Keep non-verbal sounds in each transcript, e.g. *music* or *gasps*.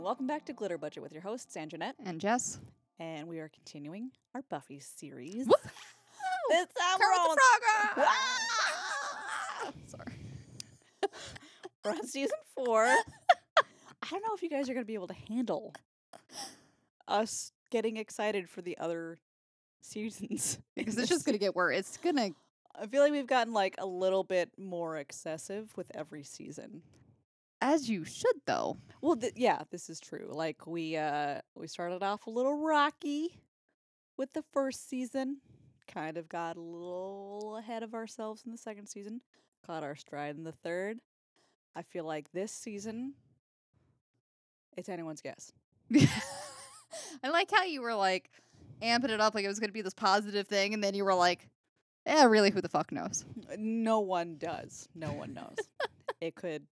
welcome back to Glitter Budget with your hosts, Anjanette, And Jess. and we are continuing our Buffy series. Woof. This time we're on, *laughs* Sorry. we're on season four. I don't know if you guys are going to be able to handle us getting excited for the other seasons in Because this it's just going to get worse. It's going to. I feel like we've gotten like a little bit more excessive with every season. As you should, though. Well, th- yeah, this is true. Like we uh we started off a little rocky with the first season, kind of got a little ahead of ourselves in the second season, caught our stride in the third. I feel like this season it's anyone's guess. *laughs* I like how you were like amping it up like it was going to be this positive thing. And then you were like, yeah, really, who the fuck knows? Uh, No one does. No one knows. it could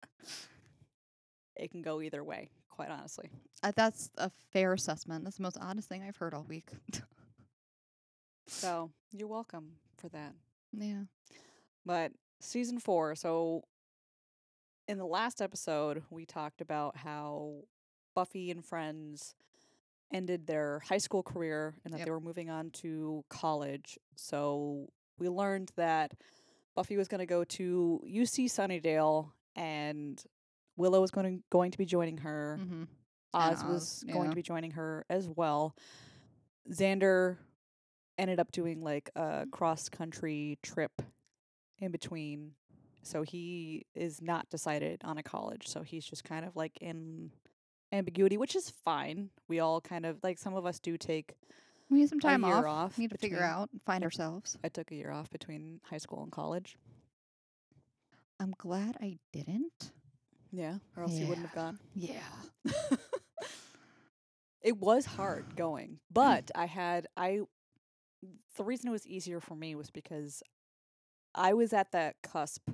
it can go either way, quite honestly. Uh, that's a fair assessment. That's the most honest thing I've heard all week. *laughs* So, you're welcome for that. yeah. But season four, so in the last episode, we talked about how Buffy and friends ended their high school career and that Yep. they were moving on to college. So we learned that Buffy was going to go to UC Sunnydale and Willow was going to, going to be joining her. Mm-hmm. and Oz, Oz, was going yeah. to be joining her as well. Xander ended up doing like a cross country trip in between. So he is not decided on a college. So he's just kind of like in ambiguity, which is fine. We all kind of like some of us do take We need some time a year off. off. We need to figure between- out and find ourselves. I took a year off between high school and college. I'm glad I didn't. Yeah. Or else you wouldn't have Yeah. gone. Yeah. it was hard going, but I had I the reason it was easier for me was because I was at that cusp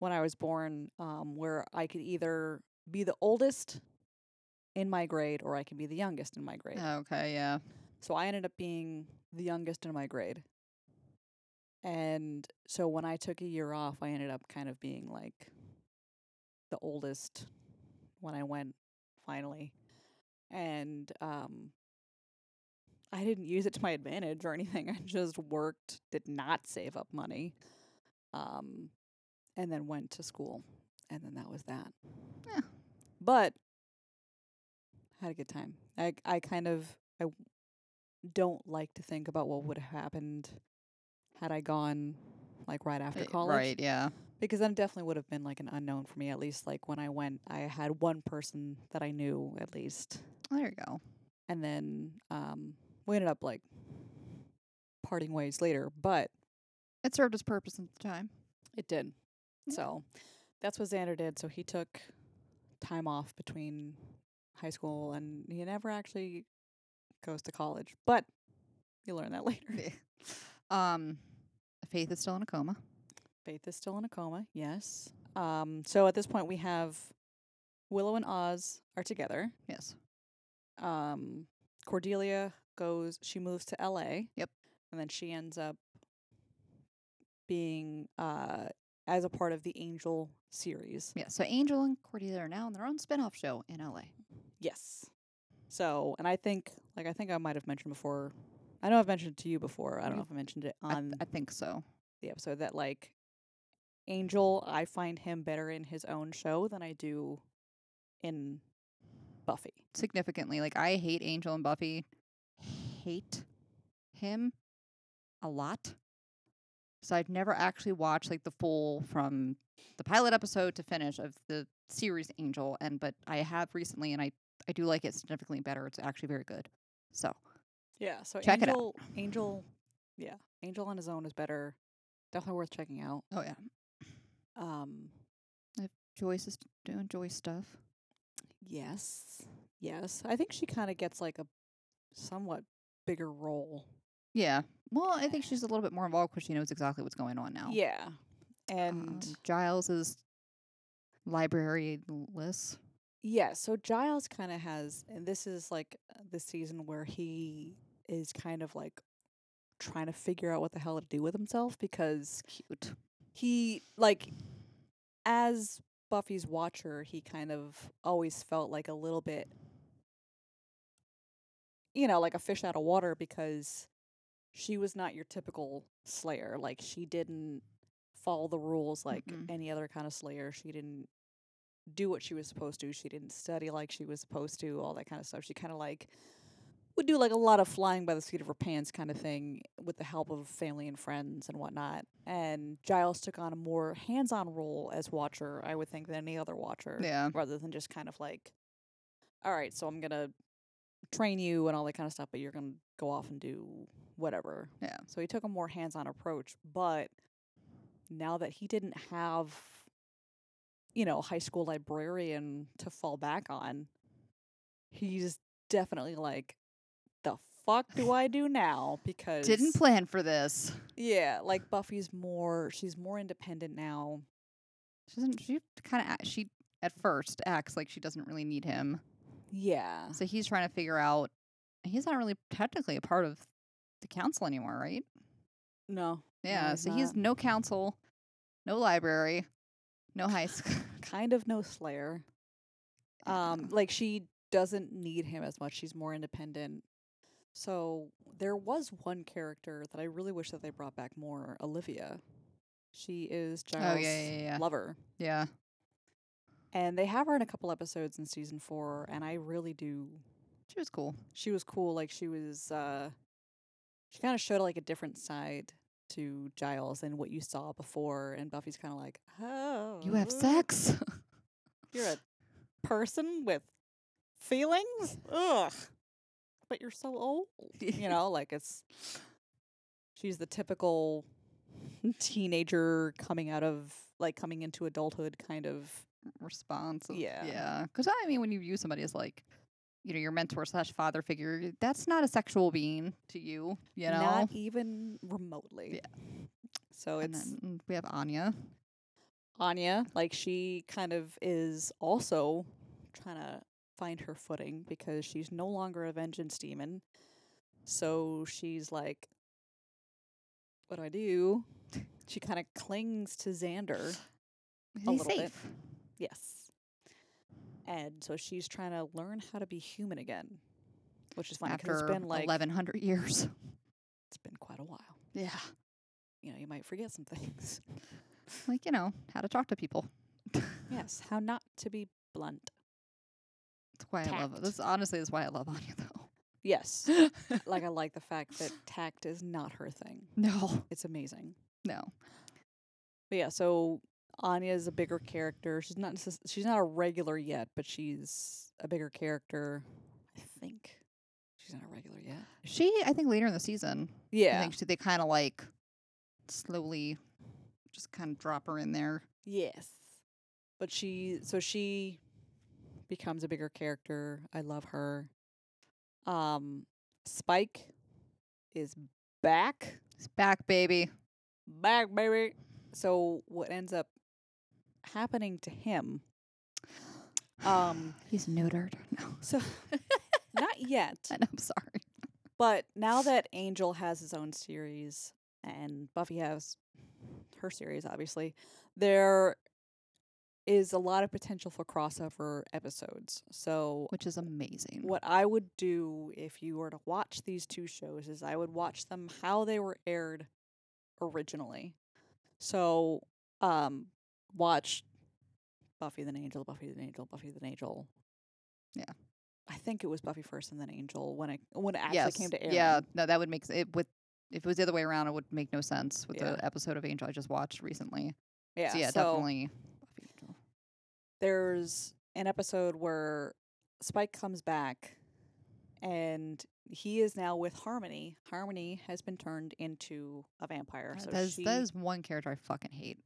when I was born um where I could either be the oldest in my grade or I can be the youngest in my grade. Okay, yeah. So I ended up being the youngest in my grade. And so when I took a year off, I ended up kind of being like the oldest when I went finally. And um I didn't use it to my advantage or anything. *laughs* I just worked, did not save up money. Um and then went to school. And then that was that. Yeah. But had a good time. I I kind of I w- don't like to think about what would have happened had I gone like right after Eh, college. Right, yeah. Because then it definitely would have been like an unknown for me, at least like when I went, I had one person that I knew at least. There you go. And then um we ended up like parting ways later, but It served its purpose at the *laughs* time. it did. Yeah. So that's what Xander did. So he took time off between high school and he never actually goes to college. But you learn that *laughs* later. um, Faith is still in a coma. Faith is still in a coma, yes. Um, so at this point, we have Willow and Oz are together. Yes. Um, Cordelia goes, she moves to LA. Yep. And then she ends up being uh, as a part of the Angel series. Yeah. So Angel and Cordelia are now on their own spin-off show in LA. Yes. So, and I think, like, I think I might have mentioned before. I know I've mentioned it to you before. I don't know if I mentioned it I, on I think so. the episode that like Angel, I find him better in his own show than I do in Buffy. Significantly. Like I hate Angel and Buffy. Hate him a lot. So I've never actually watched like the full from the pilot episode to finish of the series Angel and but I have recently and I I do like it significantly better. It's actually very good. So Yeah, so Check it out. Angel Angel yeah, Angel on his own is better. Definitely worth checking out. Oh yeah. Um Joyce is doing Joyce stuff. yes. Yes. I think she kind of gets like a somewhat bigger role. Yeah. Well, I think she's a little bit more involved because she knows exactly what's going on now. Yeah. And Um, Giles is libraryless. Yeah, so Giles kind of has, and this is like uh, the season where he is kind of like trying to figure out what the hell to do with himself because Cute. he, like, as Buffy's watcher, he kind of always felt like a little bit you know, like a fish out of water because she was not your typical slayer. Like she didn't follow the rules like Mm-mm. any other kind of slayer. She didn't do what she was supposed to. She didn't study like she was supposed to, all that kind of stuff. She kind of like would do like a lot of flying by the seat of her pants kind of thing with the help of family and friends and whatnot. And Giles took on a more hands on role as watcher, I would think, than any other watcher Yeah. rather than just kind of like, all right, so I'm gonna train you and all that kind of stuff, but you're gonna go off and do whatever. Yeah. So he took a more hands-on approach, but now that he didn't have, you know, a high school librarian to fall back on, he's definitely like, the fuck do I do now? Because Didn't plan for this. yeah, like Buffy's more, she's more independent now. She doesn't. She kind of. She at first acts like she doesn't really need him. Yeah. So he's trying to figure out. He's not really technically a part of the council anymore, right? No. Yeah. he's so he's not. no council, no library, *laughs* no high *laughs* school. kind of no slayer. Um, Mm-hmm. like she doesn't need him as much. She's more independent. So there was one character that I really wish that they brought back more, Olivia. She is Oh, yeah, Giles' yeah, yeah. lover. yeah. And they have her in a couple episodes in season four, and I really do She was cool. she was cool, like she was uh she kinda showed like a different side to Giles than what you saw before and Buffy's kinda like, Oh You have sex. *laughs* You're a person with feelings? Ugh. But you're so old. *laughs* You know, like it's. She's the typical teenager coming out of, like, coming into adulthood kind of. response. of- Yeah. Yeah. Because I mean, when you view somebody as like, you know, your mentor slash father figure, that's not a sexual being to you, you know? Not even remotely. So and it's then we have Anya. Anya. Like, she kind of is also trying to find her footing because she's no longer a vengeance demon. So she's like, what do I do? *laughs* She kind of clings to Xander. Is A he little bit. safe? Yes. And so she's trying to learn how to be human again, which is funny because After it's been like, 1,100 years. it's been quite a while. Yeah. You know, you might forget some things. Like, you know, how to talk to people. yes, *laughs* how not to be blunt. That's why I love Tact. This honestly is why I love Anya, though. *laughs* Yes. like, I like the fact that tact is not her thing. no. It's amazing. No. But yeah, so Anya is a bigger character. She's not necess- she's not a regular yet, but she's a bigger character. I think she's not a regular yet. Is she? She, I think later in the season, I Yeah, think she, they kind of like slowly just kind of drop her in there. yes. But she, so she becomes a bigger character. I love her. Um, Spike is back, It's back, baby. back, baby. So what ends up happening to him? Um, He's neutered. No. so not yet. I know, *laughs* I'm sorry. But now that Angel has his own series and Buffy has her series, obviously, there is a lot of potential for crossover episodes. So, Which is amazing. what I would do if you were to watch these two shows is I would watch them how they were aired originally. So, um, watch Buffy the Angel, Buffy the Angel, Buffy the Angel. Yeah. I think it was Buffy first and then Angel when it when it actually yes. came to air. Yeah, no, that would make s- it with if it was the other way around, it would make no sense with Yeah. the episode of Angel I just watched recently. Yeah, so yeah, so definitely. Buffy Angel. There's an episode where Spike comes back and he is now with Harmony. Harmony has been turned into a vampire. Uh, So that, is, she, that is one character I fucking hate.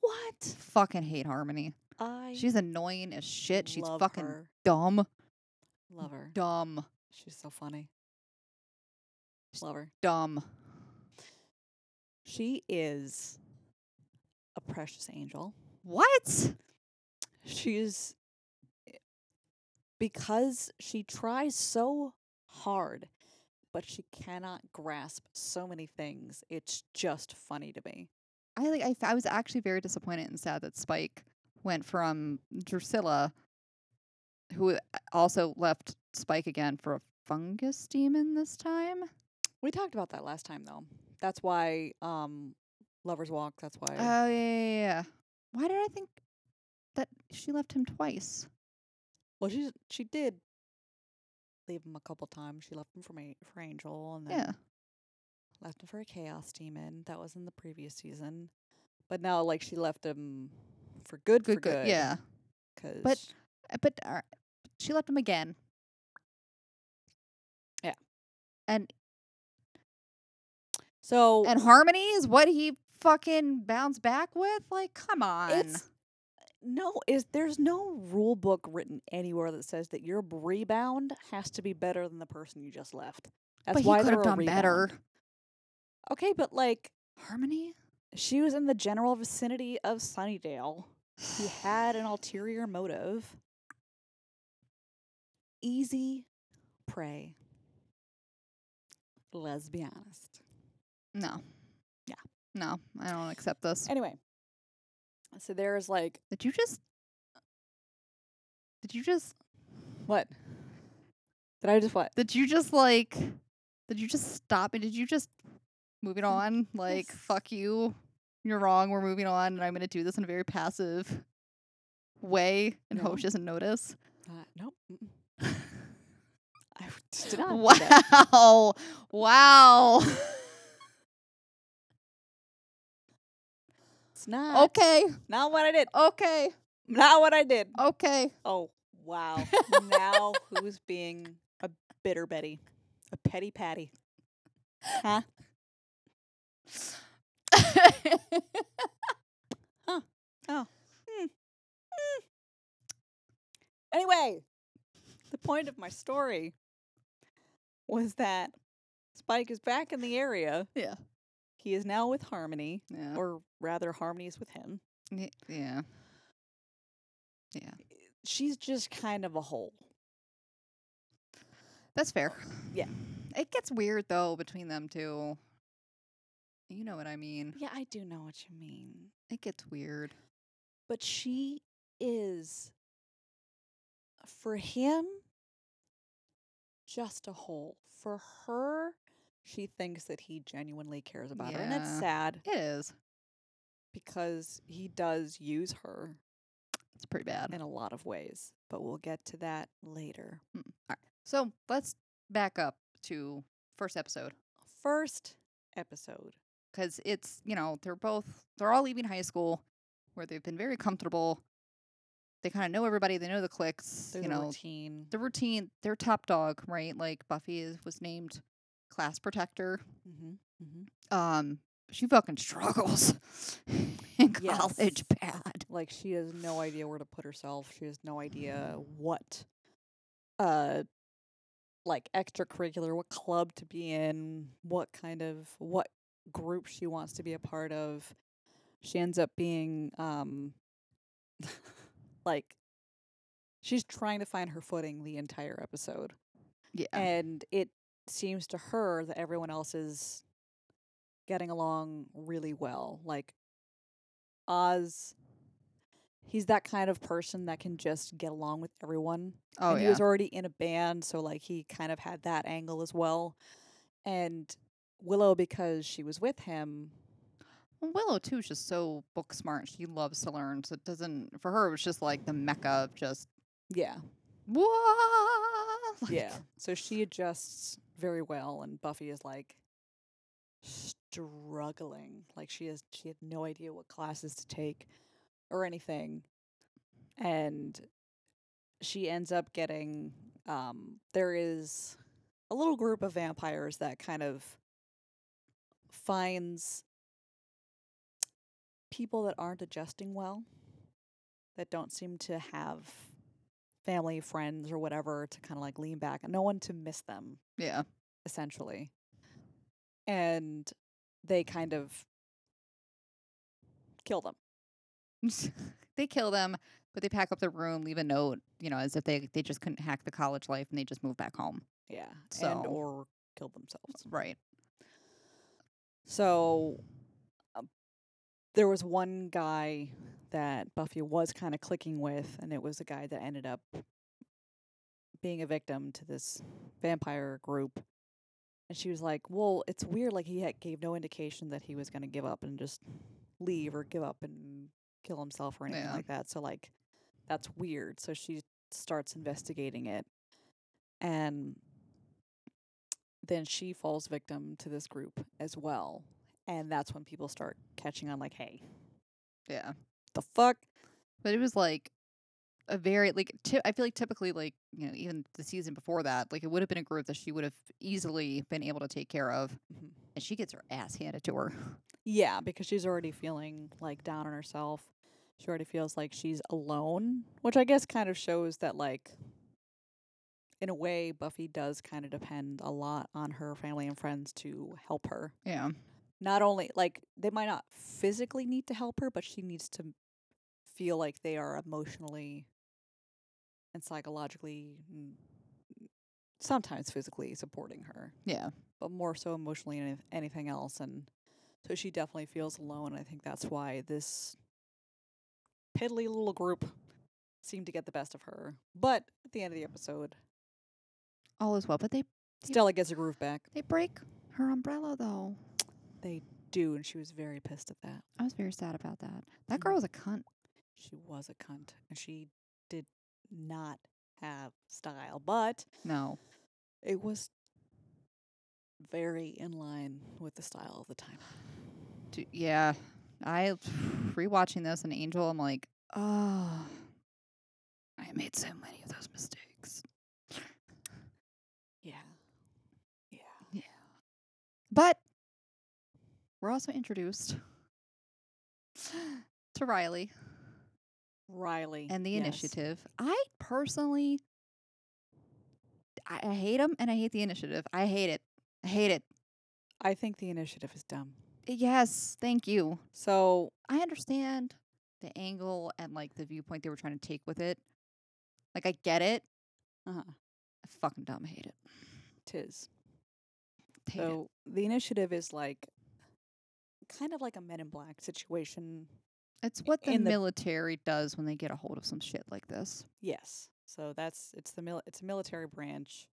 what Fucking hate Harmony. I She's annoying as shit. She's love fucking her. dumb, love her. dumb, She's so funny. She's- Love her. dumb. She is a precious angel. What? She's eh, because she tries so hard, but she cannot grasp so many things. It's just funny to me. I like. I, f- I was actually very disappointed and sad that Spike went from Drusilla, who also left uh, Spike again for a fungus demon this time. We talked about that last time though. That's why um Lovers Walk, that's why Oh yeah, yeah, yeah, yeah. Why did I think that she left him twice? Well she she did leave him a couple times. She left him for ma- for Angel and then Yeah. left him for a chaos demon. That was in the previous season. But now like she left him for good Good, for good. good. Yeah. But- 'cause- Uh, But uh, she left him again. Yeah. And so and Harmony is what he fucking bounced back with? Like, come on. It's no is there's no rule book written anywhere that says that your rebound has to be better than the person you just left. That's but why he could they're have a done rebound. better. Okay, but like Harmony? she was in the general vicinity of Sunnydale. He had an ulterior motive. Easy prey. Let's be honest. No. Yeah. Eh No, I don't accept this. Anyway, so there's like Did you just Did you just what? Did I just what? Did you just like? Did you just stop me? Did you just move it on? Like, Mm, yes. fuck you. You're wrong. We're moving on, and I'm gonna do this in a very passive way and No. hope she *laughs* doesn't notice. Uh, nope. mm-mm. *laughs* I just did not. do that. Wow. Wow. *laughs* It's not. okay. Not what I did. Okay. Not what I did. *laughs* Okay. Oh, *laughs* wow. now who's being a bitter Betty? A petty Patty. Huh? Anyway, the point of my story was that Spike is back in the area. Yeah. He is now with Harmony, yeah. or rather, Harmony is with him. Y- yeah. Yeah. She's just kind of a hole. That's fair. Yeah. It gets weird though between them two. You know what I mean. Yeah, I do know what you mean. It gets weird. But she is, for him, just a hole. For her, she thinks that he genuinely cares about her. And it's Yeah. sad It is. because he does use her It's pretty bad. um, in a lot of ways, but we'll get to that later. So let's back up to first episode First episode. because it's you know they're both they're all leaving high school where they've been very comfortable. They kind of know everybody. They know the cliques. There's you a know routine. the routine. They're top dog, right? Like Buffy is, was named class protector. Mm-hmm, mm-hmm. Um, she fucking struggles *laughs* in Yes. college bad. Like she has no idea where to put herself. She has no idea Mm-hmm. what, uh, like extracurricular, what club to be in, what kind of what group she wants to be a part of. She ends up being um, *laughs* like, she's trying to find her footing the entire episode. Yeah. and it seems to her that everyone else is getting along really well like oz he's that kind of person that can just get along with everyone oh and he yeah. was already in a band so like he kind of had that angle as well and willow because she was with him Well, Willow too is just so book smart. She loves to learn. So it doesn't for her. It was just like the mecca of just yeah Whoa! *laughs* yeah so she adjusts very well and buffy is like struggling like she has she had no idea what classes to take or anything and she ends up getting um there is a little group of vampires that kind of finds people that aren't adjusting well that don't seem to have family friends or whatever to kind of like lean back and no one to miss them Yeah. *laughs* essentially. And they kind of kill them. they kill them, but they pack up their room, leave a note, you know, as if they they just couldn't hack the college life and they just move back home. Yeah. So- And or kill themselves. Right. So um, there was one guy that Buffy was kind of clicking with, and it was the guy that ended up being a victim to this vampire group. And she was like, "Well, it's weird. Like he had, gave no indication that he was going to give up and just leave or give up and kill himself or anything Yeah. like that. So like, that's weird." So she starts investigating it, and then she falls victim to this group as well. And that's when people start catching on, like, "Hey, Yeah. the fuck." But it was like a very like ty- I feel like typically like you know even the season before that like it would have been a group that she would have easily been able to take care of, Mhm. and she gets her ass handed to her. *laughs* Yeah, because she's already feeling like down on herself. She already feels like she's alone, which I guess kind of shows that like in a way Buffy does kind of depend a lot on her family and friends to help her. Yeah. Not only like they might not physically need to help her, but she needs to feel like they are emotionally and psychologically and sometimes physically supporting her Yeah. but more so emotionally than anyth- anything else. And so she definitely feels alone. I think that's why this piddly little group seemed to get the best of her. But at the end of the episode, All is well, but they Stella gets her groove back. they break her umbrella though. They do, and she was very pissed at that. I was very sad about that. That girl Mhm. was a cunt. She was a cunt, and she did not have style, but No. it was very in line with the style of the time. D yeah. I rewatching this and Angel, I'm like, oh, I made so many of those mistakes. Yeah. Yeah. But we're also introduced *gasps* to Riley Riley. and the yes. initiative. I personally, I, I hate him and I hate the initiative. I hate it. I hate it. I think the initiative is dumb. Yes, thank you. So I understand the angle and like the viewpoint they were trying to take with it. Like I get it. Uh-huh. I fucking dumb hate it. tis. Hate it. So the initiative is like kind of like a Men in Black situation. It's what the in the- military does when they get a hold of some shit like this. Yes. So that's it's the mil- it's a military branch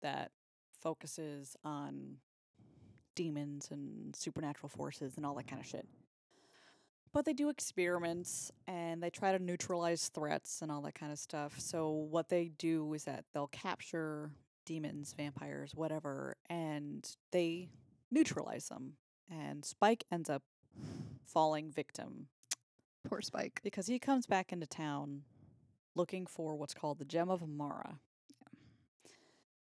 that focuses on demons and supernatural forces and all that kind of shit. But they do experiments and they try to neutralize threats and all that kind of stuff. So what they do is that they'll capture demons, vampires, whatever, and they neutralize them. And Spike ends up falling victim Poor Spike. because he comes back into town looking for what's called the Gem of Amara.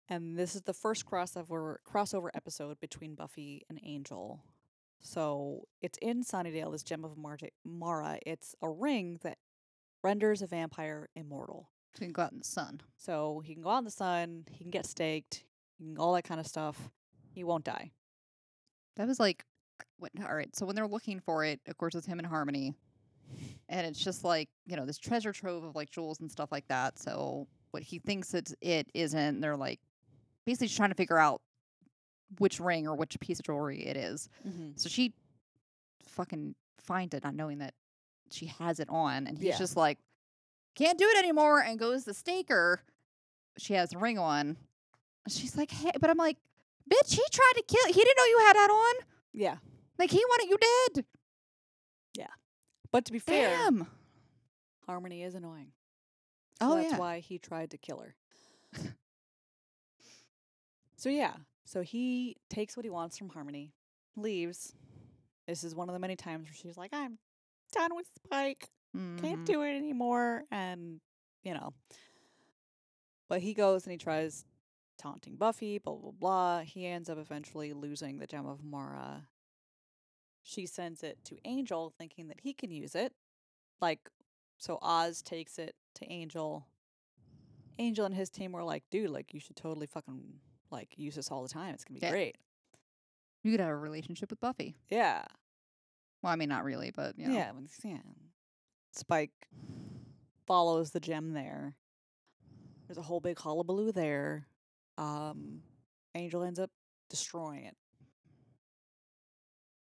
And this is the first crossover crossover episode between Buffy and Angel. So it's in Sunnydale, this Gem of Amar- Mara. It's a ring that renders a vampire immortal. So he go out in the sun. So he can go out in the sun, he can get staked, he can, all that kind of stuff. He won't die. That was like, what, all right. So when they're looking for it, of course, it's him and Harmony, and it's just like you know this treasure trove of like jewels and stuff like that. So what he thinks it's it isn't. They're like basically just trying to figure out which ring or which piece of jewelry it is. Mm-hmm. So she fucking finds it, not knowing that she has it on, and he's Yeah. just like, can't do it anymore, and goes to staker. She has the ring on. And she's like, hey, but I'm like, bitch, he tried to kill. He didn't know you had that on. Yeah. Like he wanted you dead. But to be fair, Damn. Harmony is annoying. So Oh that's yeah. why he tried to kill her. so yeah, so he takes what he wants from Harmony, leaves. This is one of the many times where she's like, "I'm done with Spike. Can't Mhm. do it anymore." And you know, but he goes and he tries taunting Buffy. Blah blah blah. He ends up eventually losing the gem of Mara. She sends it to Angel, thinking that he can use it. Like, so Oz takes it to Angel. Angel and his team were like, dude, like you should totally fucking like use this all the time. It's gonna be Yeah. great. You could have a relationship with Buffy. Yeah. Well, I mean, not really, but you know. Yeah. when- yeah. Spike follows the gem there. There's a whole big hullabaloo there. Um, Angel ends up destroying it.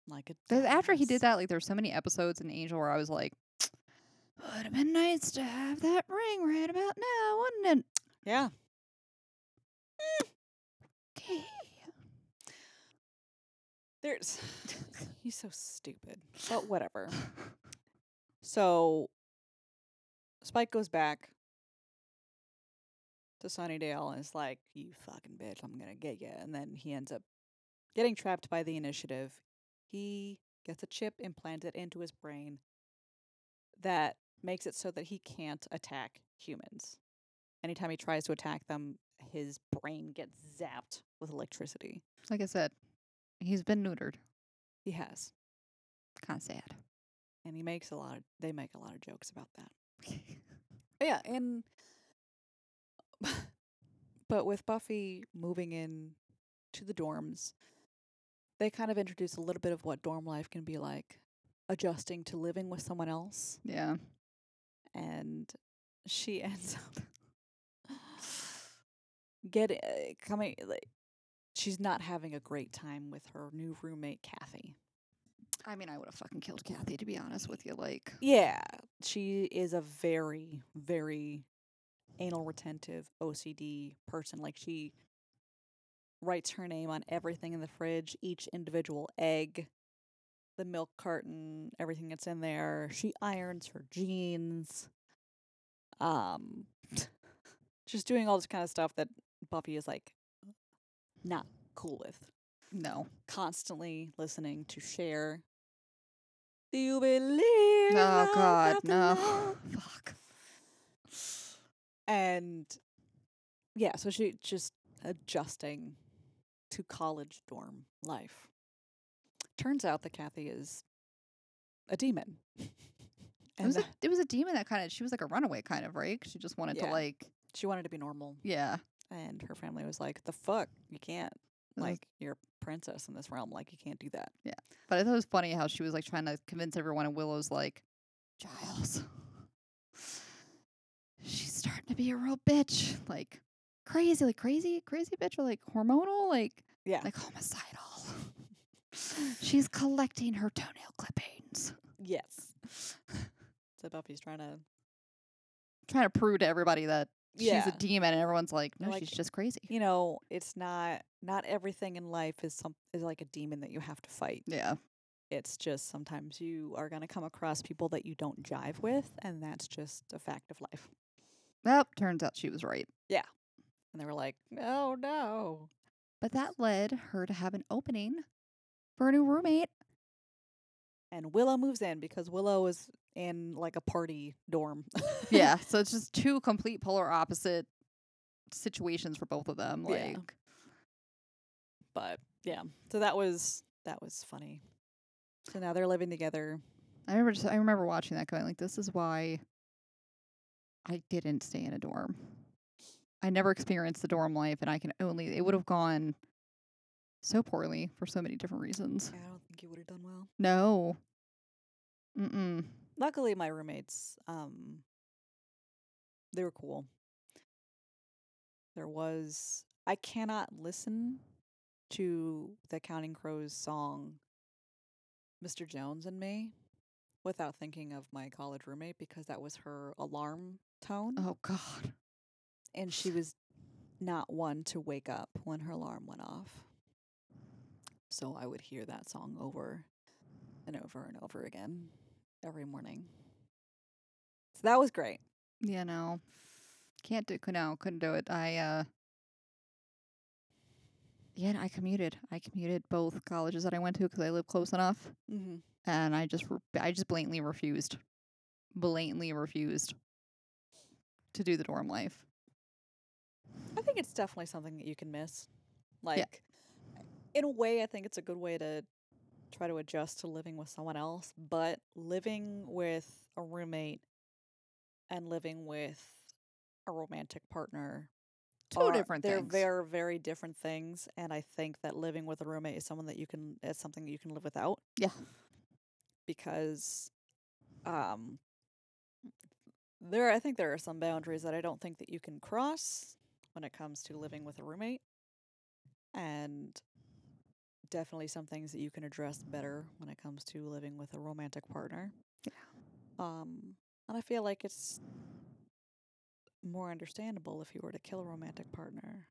Like it. There's- After he did that, like there's so many episodes in Angel where I was like, would have been nice to have that ring right about now, wouldn't it? Yeah. Okay. There's *laughs* he's so stupid. But whatever. So Spike goes back to Sunnydale and is like, You fucking bitch, I'm gonna get you. And then he ends up getting trapped by the initiative. He gets a chip implanted into his brain that makes it so that he can't attack humans. Anytime he tries to attack them, his brain gets zapped with electricity. Like I said, he's been neutered. He has. Kind of sad. *laughs* and he makes a lot of they make a lot of jokes about that But yeah and but with buffy moving in to the dorms they kind of introduce a little bit of what dorm life can be like adjusting to living with someone else yeah. and she *laughs* ends up get uh, coming like she's not having a great time with her new roommate kathy I mean, I would have fucking killed Kathy to be honest with you. Like, Yeah, she is a very, very anal retentive OCD person. Like she writes her name on everything in the fridge, each individual egg, the milk carton, everything that's in there. She irons her jeans. Um *laughs* just doing all this kind of stuff that Buffy is like not cool with no. constantly listening to share. Do you believe? Oh I've God, got the no. love? *laughs* Fuck. And yeah, so she just adjusting to college dorm life. Turns out that Kathy is a demon. *laughs* It and was, a, that it was a demon that kind of. She was like a runaway kind of, right? 'Cause She just wanted Yeah. to like. *laughs* she wanted to be normal, Yeah. and her family was like, "The fuck, you can't! This is- Like, you're a princess in this realm. Like, you can't do that." But I thought it was funny how she was like trying to convince everyone, and Willow's like, Giles, *sighs* she's starting to be a real bitch. Like, crazy, like crazy, crazy bitch, or like hormonal, like, Yeah, like homicidal. she's collecting her toenail clippings. yes. *laughs* So Buffy's trying to Trying to prove to everybody that Yeah. she's a demon, and everyone's like, no, Like, she's just crazy. you know, it's not not everything in life is some is like a demon that you have to fight. Yeah. It's just sometimes you are going to come across people that you don't jive with, and that's just a fact of life. Well, turns out she was right. And they were like, "Oh no, But that led her to have an opening for a new roommate. And Willow moves in because Willow is in like a party dorm. *laughs* *laughs* yeah so it's just two complete polar opposite situations for both of them like Yeah. but yeah, so that was that was funny. So now they're living together. i remember just i remember watching that going like this is why i didn't stay in a dorm i never experienced the dorm life and i can only it would have gone so poorly for so many different reasons I don't think you would have done well. no mm-mm luckily my roommates um they were cool there was i cannot listen to the counting crows song mr jones and me without thinking of my college roommate because that was her alarm tone oh god and she was not one to wake up when her alarm went off so i would hear that song over and over and over again every morning so that was great yeah no can't do no couldn't do it i uh yeah i commuted i commuted both colleges that i went to because i lived close enough mm-hmm. and I just re- I just blatantly refused, blatantly refused to do the dorm life. i think it's definitely something that you can miss like in a way i think it's a good way to try to adjust to living with someone else but living with a roommate and living with a romantic partner Two are- different they're things. very very different things and i think that living with a roommate is someone that you can is something that you can live without Yeah. because um there i think there are some boundaries that i don't think that you can cross when it comes to living with a roommate and definitely some things that you can address better when it comes to living with a romantic partner Yeah. um and i feel like it's more understandable if he were to kill a romantic partner.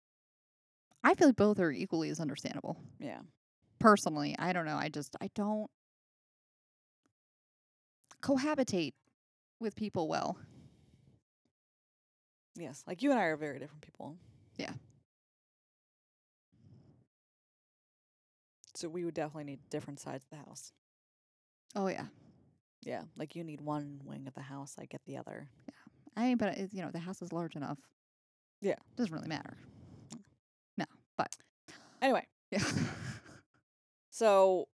I feel like both are equally as understandable. Yeah. Personally, I don't know. I just I don't cohabitate with people well. Yes. Like you and I are very different people. Yeah. So we would definitely need different sides of the house. Oh yeah. Yeah. Like you need one wing of the house, I get the other. I mean, but it, you know, the house is large enough. Yeah. Doesn't really matter. *laughs* Anyway, Yeah. so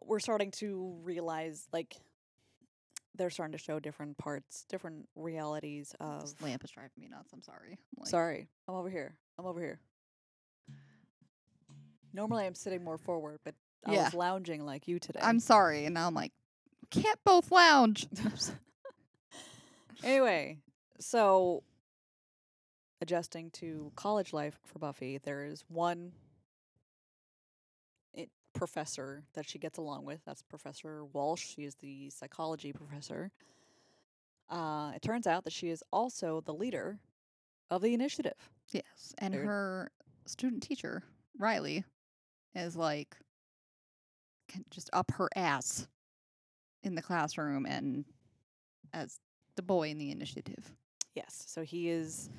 we're starting to realize like they're starting to show different parts, different realities of this lamp is driving me nuts. I'm sorry. I'm like, Sorry, I'm over here. I'm over here. Normally I'm sitting more forward, but I Yeah. was lounging like you today. I'm sorry. And now I'm like, can't both lounge. *laughs* anyway, so adjusting to college life for Buffy, there is one it, professor that she gets along with. That's Professor Walsh. She is the psychology professor. Uh, it turns out that she is also the leader of the initiative. Yes. And They're- her student teacher, Riley, is like can just up her ass in the classroom and as the boy in the initiative. Yes, so he is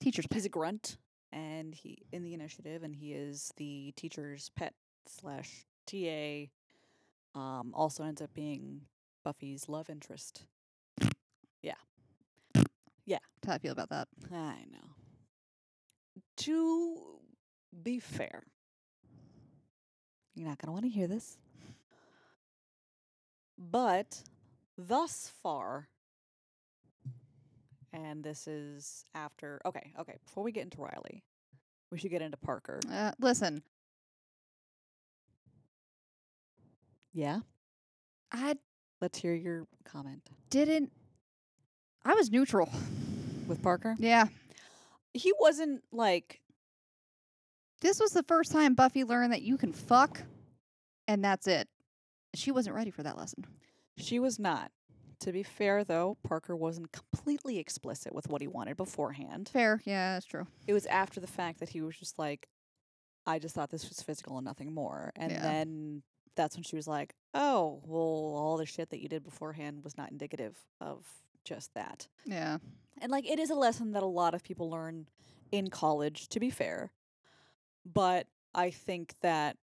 Teacher's pet. he's a grunt and he in the initiative and he is the teacher's pet slash TA. Um, also ends up being Buffy's love interest. That's how I feel about that. I know. To be fair, you're not going to want to hear this. But thus far, and this is after. Okay, okay. Before we get into Riley, we should get into Parker. Uh, listen, Yeah. I Let's hear your comment didn't. I was neutral. with Parker. Yeah. He wasn't like This was the first time Buffy learned that you can fuck, and that's it. She wasn't ready for that lesson. She was not. To be fair, though, Parker wasn't completely explicit with what he wanted beforehand. Fair. Yeah, that's true. It was after the fact that he was just like, I just thought this was physical and nothing more. And Yeah. then that's when she was like, oh, well, all the shit that you did beforehand was not indicative of just that. Yeah. And like, it is a lesson that a lot of people learn in college, to be fair. But I think that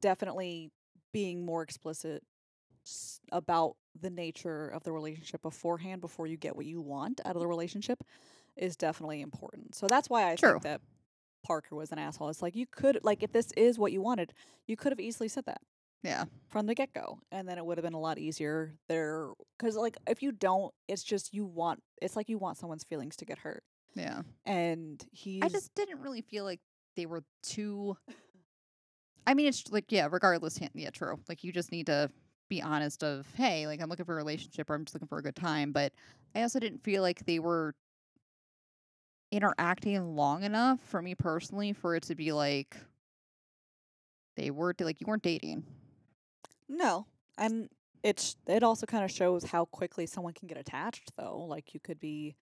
definitely being more explicit s- about the nature of the relationship beforehand, before you get what you want out of the relationship, is definitely important. So that's why I True. think that Parker was an asshole. It's like, you could, like, if this is what you wanted, you could have easily said that Yeah. from the get go, and then it would have been a lot easier there. Because like if you don't, it's just you want. It's like you want someone's feelings to get hurt, Yeah. and he's I just didn't really feel like they were too. I mean, it's like yeah. Regardless, han- yeah, true. Like you just need to be honest. Of hey, like I'm looking for a relationship, or I'm just looking for a good time. But I also didn't feel like they were interacting long enough for me personally for it to be like they were like you weren't dating. no, and it's it also kind of shows how quickly someone can get attached, though. Like you could be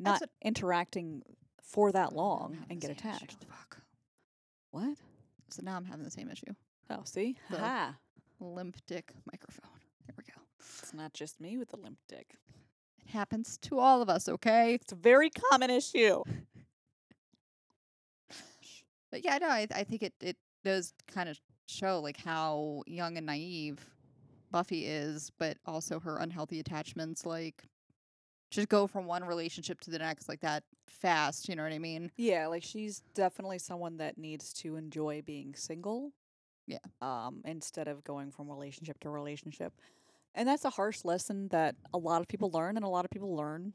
not That's what- interacting for that Oh, now I'm long having and the get same issue. attached. Fuck. What? So now I'm having the same issue. Oh, see, The- ha! Limp dick microphone. There we go. It's not just me with the limp dick. It happens to all of us. Okay. It's a very common issue. But yeah, no, I, I think it, it does kind of show like how young and naive Buffy is, but also her unhealthy attachments, like just go from one relationship to the next like that fast. You know what I mean? Yeah, like she's definitely someone that needs to enjoy being single. Yeah. Um, instead of going from relationship to relationship. And that's a harsh lesson that a lot of people learn and a lot of people learn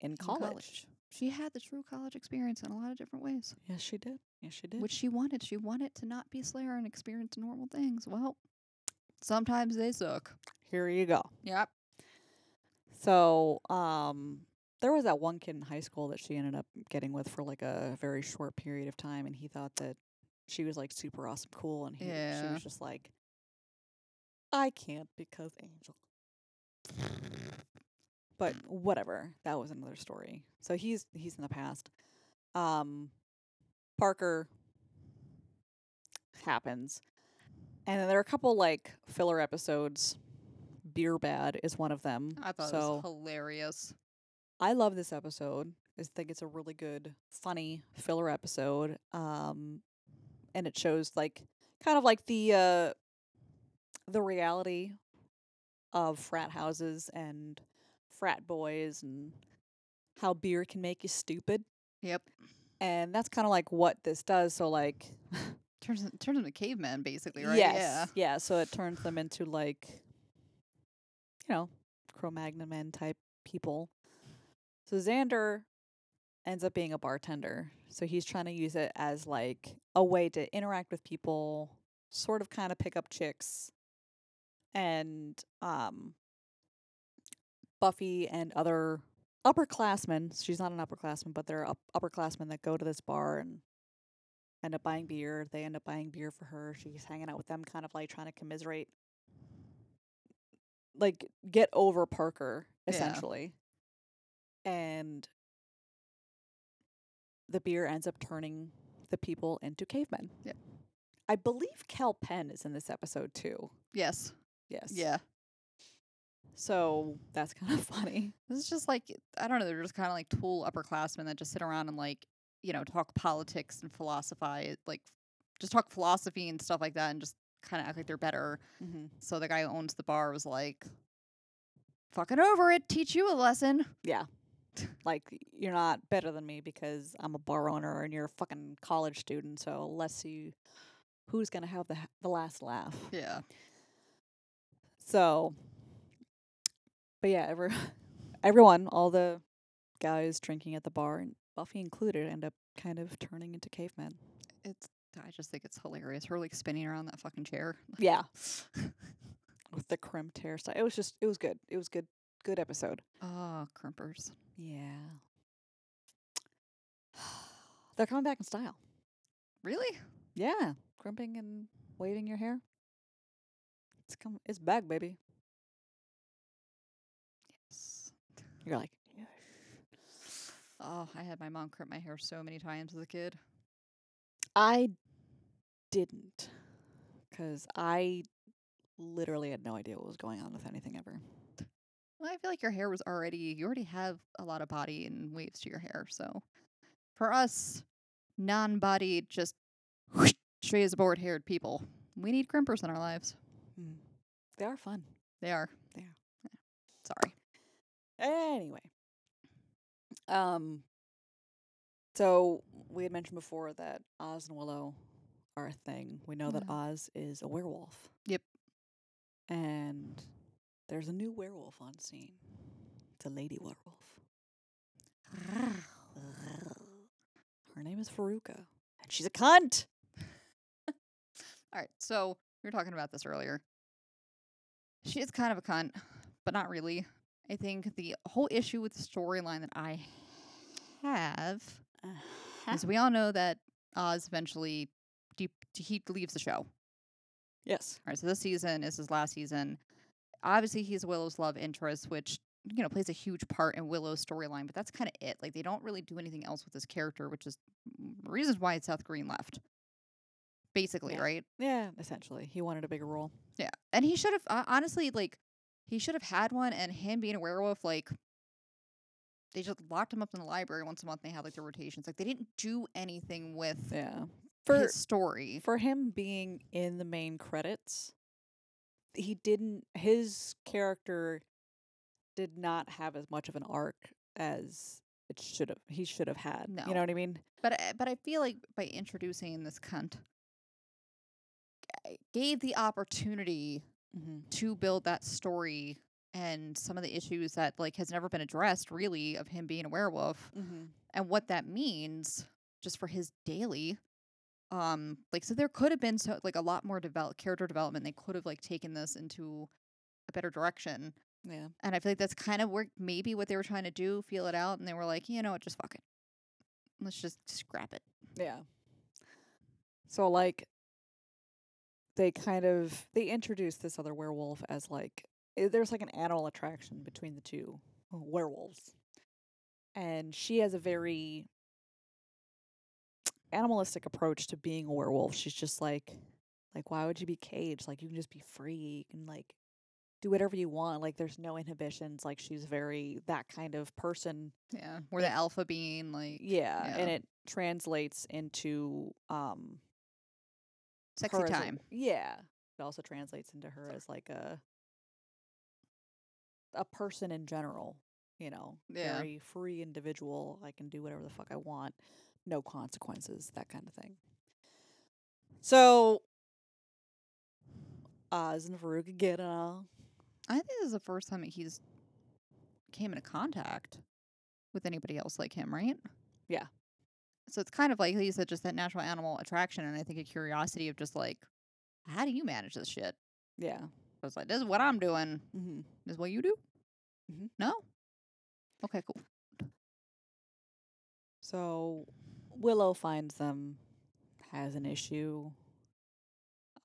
in college. college. She had the true college experience in a lot of different ways, Yes, she did. Yes, she did. which she wanted. She wanted to not be a Slayer and experience normal things. Well, sometimes they suck. here you go. Yep. So, um there was that one kid in high school that she ended up getting with for like a very short period of time and he thought that she was like super awesome cool and he she Yeah. was just like I can't because Angel. but whatever. That was another story. So he's he's in the past. Um, Parker happens, and then there are a couple like filler episodes. Beer Bad is one of them. I thought so it was hilarious. I love this episode. I think it's a really good, funny filler episode. Um, and it shows like kind of like the uh, the reality of frat houses and frat boys and how beer can make you stupid. Yep. And that's kind of like what this does. So like, Turns turns into cavemen basically, right? yes, Yeah. yeah. So it turns them into like, you know, Cro-Magnon men type people. So Xander ends up being a bartender. So he's trying to use it as like a way to interact with people, sort of kind of pick up chicks. And um Buffy and other upperclassmen, she's not an upperclassman, but there are up- upperclassmen that go to this bar and end up buying beer. They end up buying beer for her. She's hanging out with them, kind of like trying to commiserate, like get over Parker, Yeah. essentially. And the beer ends up turning the people into cavemen. Yep. I believe Cal Penn is in this episode too. Yes. Yes. Yeah. So that's kind of *laughs* funny. This is just like I don't know. They're just kind of like tool upperclassmen that just sit around and like you know talk politics and philosophize, like just talk philosophy and stuff like that, and just kind of act like they're better. Mm-hmm. So the guy who owns the bar was like, "Fucking over it. Teach you a lesson." Like you're not better than me because I'm a bar owner and you're a fucking college student. So let's see who's gonna have the ha- the last laugh. Yeah. So, but yeah, every, *laughs* everyone, all the guys drinking at the bar, and Buffy included, end up kind of turning into cavemen. It's. I just think it's hilarious. Her like spinning around that fucking chair. Yeah, *laughs* with the crimped hairstyle. It was just, it was good. It was good. Good episode. oh, crimpers. Yeah. *sighs* They're coming back in style. Really? Yeah, crimping and waving your hair. It's come. It's back, baby. Yes. You're like, Oh, I had my mom crimp my hair so many times as a kid. I didn't, because I literally had no idea what was going on with anything ever. Well, I feel like your hair was already you already have a lot of body and waves to your hair. So for us non-body just *laughs* straight as board haired people, we need crimpers in our lives. Mm. They are fun. They are. They are. Yeah. Sorry. Anyway. Um so we had mentioned before that Oz and Willow are a thing. We know that Yeah. Oz is a werewolf. Yep. And there's a new werewolf on scene. It's a lady werewolf. Her name is Faruka. And she's a cunt. All right. So we were talking about this earlier. She is kind of a cunt, but not really. I think the whole issue with the storyline that I have is we all know that Oz eventually de- he leaves the show. Yes. All right, so this season is his last season. Obviously, he's Willow's love interest, which you know plays a huge part in Willow's storyline, but that's kind of it. Like they don't really do anything else with this character, which is m- reasons why South Green left. Basically, Yeah. right? Yeah, essentially. He wanted a bigger role. Yeah, and he should have uh, honestly, like, he should have had one. And him being a werewolf, like, they just locked him up in the library once a month. and They had like their rotations. Like they didn't do anything with Yeah. For his story. for him being in the main credits, he didn't his character did not have as much of an arc as it should have he should have had. No. You know what I mean? But I- but I feel like by introducing this cunt g- gave the opportunity Mm-hmm. to build that story and some of the issues that like has never been addressed really of him being a werewolf Mm-hmm. and what that means just for his daily um like so there could have been so like a lot more develop character development they could have like taken this into a better direction Yeah. and i feel like that's kind of where maybe what they were trying to do feel it out and they were like you know what just fuck it let's just scrap it Yeah. So like they kind eh, of they introduced this other werewolf as like i- there's like an animal attraction between the two uh, werewolves. And she has a very animalistic approach to being a werewolf. She's just like, like, why would you be caged? Like, you can just be free. You can like do whatever you want. Like, there's no inhibitions. Like, she's very that kind of person. Yeah. We're the alpha being, like Yeah, yeah. and it translates into um sexy her as a- time. yeah, it also translates into her as like a a person in general. You know, Yeah. very free individual. I can do whatever the fuck I want, no consequences, that kind of thing. So, Oz and Veruca get it all. I think this is the first time that he's came into contact with anybody else like him, right? Yeah. So it's kind of like he said, just that natural animal attraction, and I think a curiosity of just like, how do you manage this shit? Yeah. I was like, this is what I'm doing. hmm This is what you do? Mhm. No. Okay, cool. So Willow finds them, has an issue.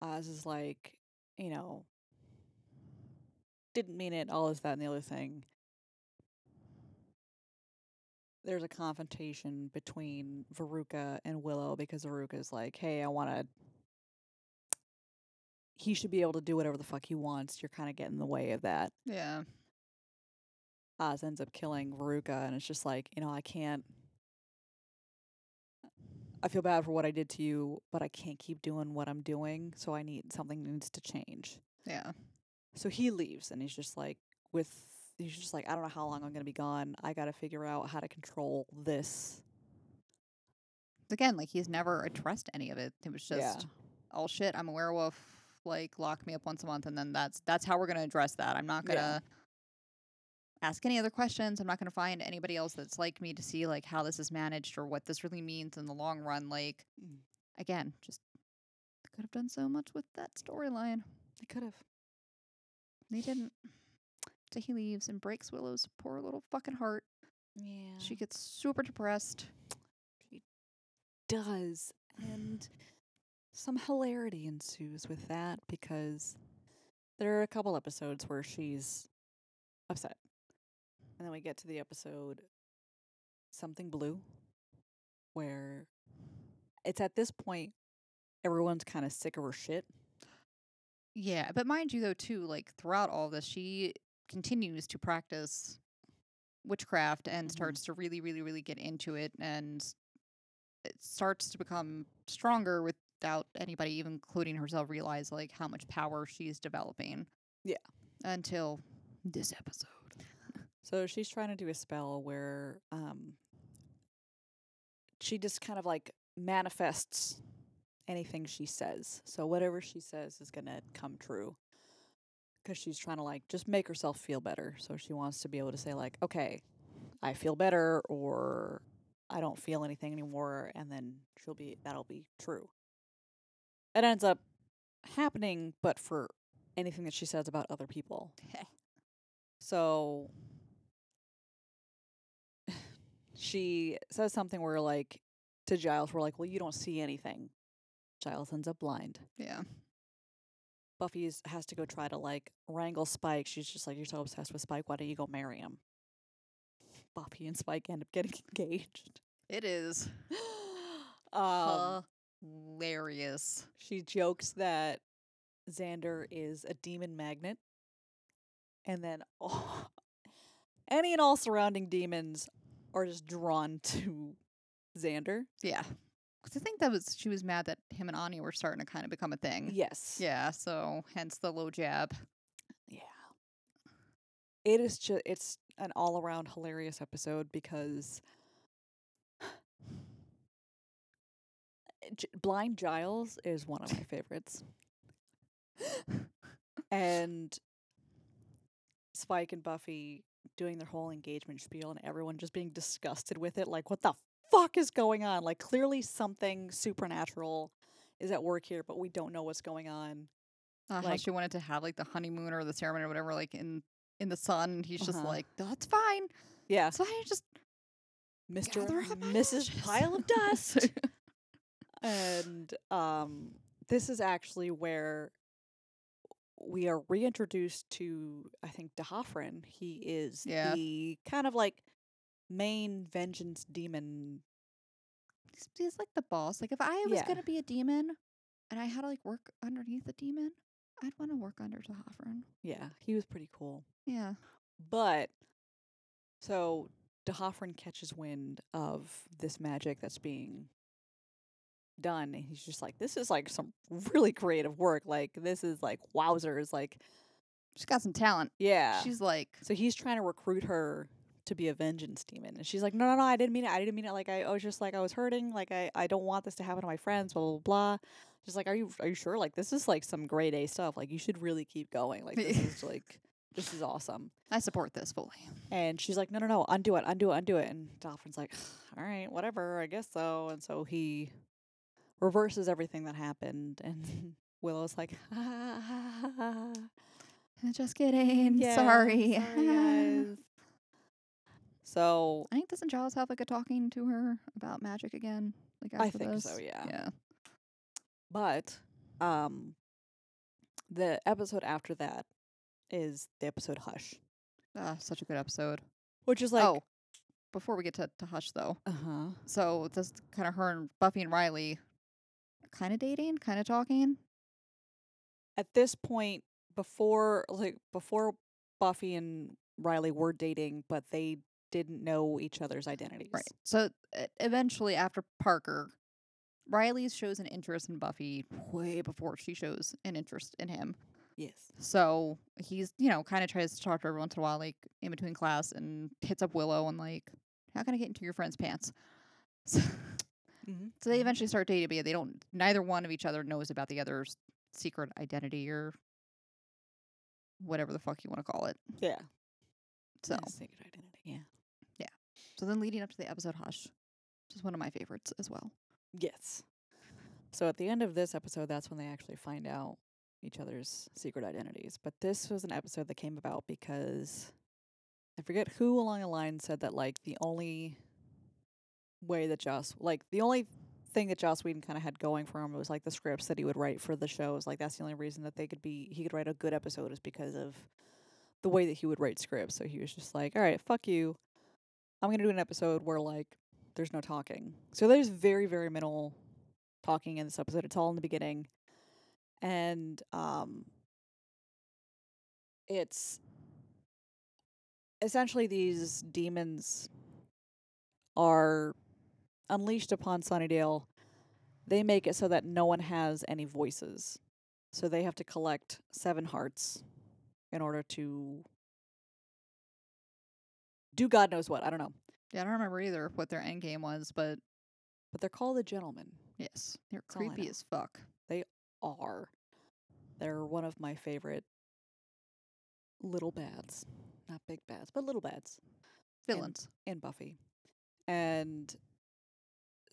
Oz is like, you know, didn't mean it, all this, that, and the other thing. There's a confrontation between Veruca and Willow because Veruca's like, hey, I want to. He should be able to do whatever the fuck he wants. You're kind of getting in the way of that. Yeah. Oz ends up killing Veruca, and it's just like, you know, I can't. I feel bad for what I did to you, but I can't keep doing what I'm doing, so I need something needs to change. Yeah. So he leaves, and he's just like, with he's just like, I don't know how long I'm gonna be gone. I gotta figure out how to control this. Again, like he's never addressed any of it. It was just Yeah. oh shit, I'm a werewolf. Like lock me up once a month, and then that's that's how we're gonna address that. I'm not Yeah. gonna ask any other questions. I'm not gonna find anybody else that's like me to see like how this is managed or what this really means in the long run. Like Mm. again, just could have done so much with that storyline. I could have. They didn't. So he leaves and breaks Willow's poor little fucking heart. Yeah. She gets super depressed. does. And some hilarity ensues with that because there are a couple episodes where she's upset. And then we get to the episode Something Blue, where it's at this point everyone's kind of sick of her shit. Yeah, but mind you, though, too, like throughout all this, she continues to practice witchcraft and Mhm. starts to really, really, really get into it and it starts to become stronger without anybody, even including herself, realize like how much power she's developing. Yeah. Until this episode. So she's trying to do a spell where um she just kind of like manifests anything she says. So whatever she says is going to come true. Cuz she's trying to like just make herself feel better. So she wants to be able to say like, "Okay, I feel better" or "I don't feel anything anymore" and then she'll be that'll be true. It ends up happening but for anything that she says about other people. So she says something where like to Giles, we're like, Well, you don't see anything. Giles ends up blind. yeah. Buffy is- has to go try to like wrangle Spike. She's just like, You're so obsessed with Spike, why don't you go marry him? Buffy and Spike end up *laughs* getting engaged. *gasps* It is um, hilarious. she jokes that Xander is a demon magnet. And then all *laughs* any and all surrounding demons are just drawn *laughs* to Xander. Yeah. 'Cause I think that was she was mad that him and Ani were starting to kind of become a thing. Yes. Yeah, so hence the low jab. Yeah. It is just it's an all around hilarious episode because *sighs* J- Blind Giles is one of my *laughs* favorites. and Spike and Buffy doing their whole engagement spiel and everyone just being disgusted with it like what the fuck is going on? Like clearly something supernatural is at work here but we don't know what's going on. Uh, how Like- she wanted to have like the honeymoon or the ceremony or whatever, like in in the sun. and He's just Uh-huh. Uh, like, that's fine. Yeah. That's fine. Just Mr. gather up and my Mrs. *laughs* ashes." Pile of Dust. and um, this is actually where we are reintroduced to I think Dahafrin. He is Yeah. the kind of like main vengeance demon. He's, he's like the boss. Like if I was Yeah. gonna be a demon, and I had to like work underneath a demon, I'd want to work under Tahafrin. Yeah, he was pretty cool. Yeah. But so Dahafrin catches wind of this magic that's being done and he's just like this is like some really creative work like this is like wowzers like She's got some talent. yeah She's like, so he's trying to recruit her to be a vengeance demon and she's like no no no i didn't mean it i didn't mean it like i, I was just like i was hurting like I, I don't want this to happen to my friends blah blah blah she's like are you are you sure like this is like some grade a stuff like you should really keep going like this is like this is awesome I support this fully. *laughs* and she's like, no, no, no, undo it, undo it, undo it. And Dolphin's like, all right, whatever, I guess so. And so he reverses everything that happened. And *laughs* Willow's like, ha, ha, ha, ha, ha. Just kidding. Yeah, sorry. *laughs* sorry, guys. So I think doesn't Giles have like a talking to her about magic again? Like I after think so, this? yeah. Yeah. But um the episode after that is the episode Hush, Ah, such a good episode. which is like oh, before we get to, to Hush though, uh-huh. so this kind of her and Buffy and Riley, kind of dating, kind of talking. At this point before like before Buffy and Riley were dating, but they didn't know each other's identities. Right. So uh, eventually, after Parker, Riley shows an interest in Buffy way before she shows an interest in him. Yes. So he's, you know, kind of tries to talk to her once in a while, like in between class, and hits up Willow and like, how can I get into your friend's pants? *laughs* So, Mhm. so they eventually start dating, but they don't. Neither one of each other knows about the other's secret identity or whatever the fuck you want to call it. Yeah. So, Yes, secret identity. Yeah. so then leading up to the episode Hush, which is one of my favorites as well. Yes. So at the end of this episode, that's when they actually find out each other's secret identities. But this was an episode that came about because I forget who along the line said that like the only way that Joss like the only thing that Joss Whedon kind of had going for him was like the scripts that he would write for the shows. Like that's the only reason that they could be he could write a good episode is because of the way that he would write scripts. So he was just like, "All right, fuck you. I'm going to do an episode where like there's no talking. So there's very very minimal talking in this episode. It's all in the beginning. And um it's essentially these demons are unleashed upon Sunnydale. They make it so that no one has any voices. So they have to collect seven hearts in order to do God knows what. I don't know. Yeah, I don't remember either what their end game was, but But they're called the gentlemen. yes, they're all I creepy know. as fuck. are. They're one of my favorite little bads. Not big bads, but little bads And- Villains. in Buffy. And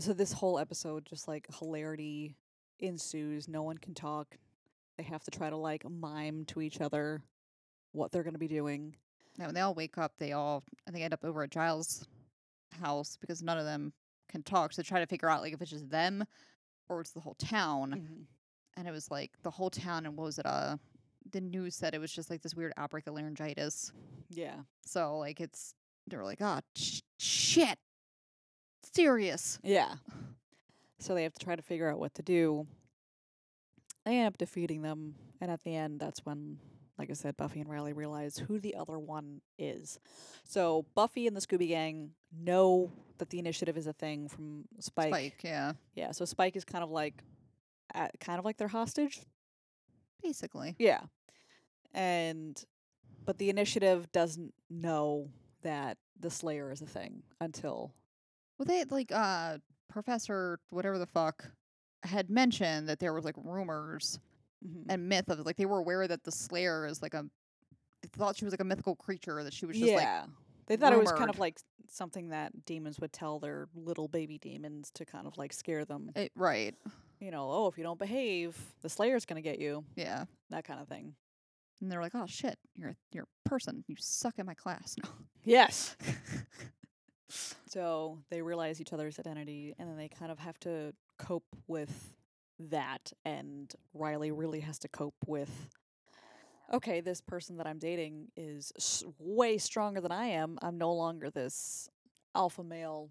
so this whole episode, just like hilarity ensues. No one can talk. They have to try to like mime to each other what they're going to be doing. Now, when they all wake up, they all I think end up over at Giles' house because none of them can talk. So they try to figure out like if it's just them or it's the whole town. Mm-hmm. And it was like the whole town and what was it? Uh, the news said it was just like this weird outbreak of laryngitis. Yeah. So like it's they were like, ah, sh- shit, serious. Yeah. So they have to try to figure out what to do. They end up defeating them, and at the end, that's when, like I said, Buffy and Riley realize who the other one is. So Buffy and the Scooby Gang know that the initiative is a thing from Spike. Spike, yeah, Yeah. So Spike is kind of like, uh, kind of like their hostage. basically. Yeah. And but the initiative doesn't know that the Slayer is a thing until Well, they like uh professor whatever the fuck had mentioned that there was like rumors Mhm. and myth of like they were aware that the Slayer is like a they thought she was like a mythical creature that she was just like they thought it was kind rumored. of like something that demons would tell their little baby demons to kind of like scare them. eh, right You know, oh, if you don't behave, the Slayer's gonna get you. yeah That kind of thing. and they're like oh shit you're a- you're a person you suck in my class no Yes. *laughs* so they realize each other's identity, and then they kind of have to cope with that. And Riley really has to cope with okay, this person that I'm dating is s- way stronger than I am. I'm no longer this alpha male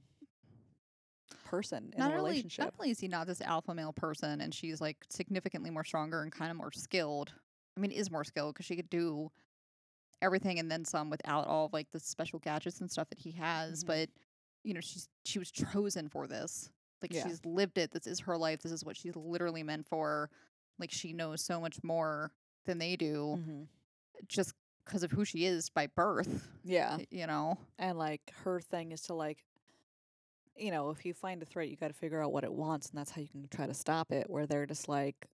person in not a only relationship. not only is he not this alpha male person and she's like significantly more stronger and kind of more skilled i mean is more skilled because she could do everything and then some without all of like the special gadgets and stuff that he has Mhm. but you know she's she was chosen for this like Yeah. she's lived it this is her life this is what she's literally meant for like she knows so much more than they do Mhm. just because of who she is by birth Yeah. y- you know And like her thing is to like you know, if you find a threat, you got to figure out what it wants and that's how you can try to stop it where they're just like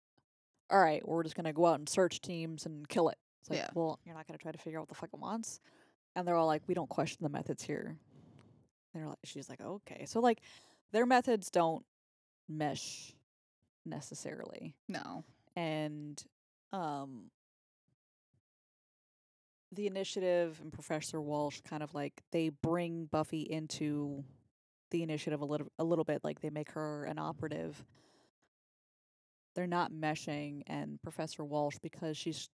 all right, we're just going to go out and search teams and kill it. It's like, Yeah. well, you're not going to try to figure out what the fuck it wants. And they're all like, we don't question the methods here. And they're like, she's like, okay. So like their methods don't mesh necessarily no and um the initiative and professor walsh kind of like they bring buffy into the initiative a little a little bit like they make her an operative they're not meshing and professor walsh because she's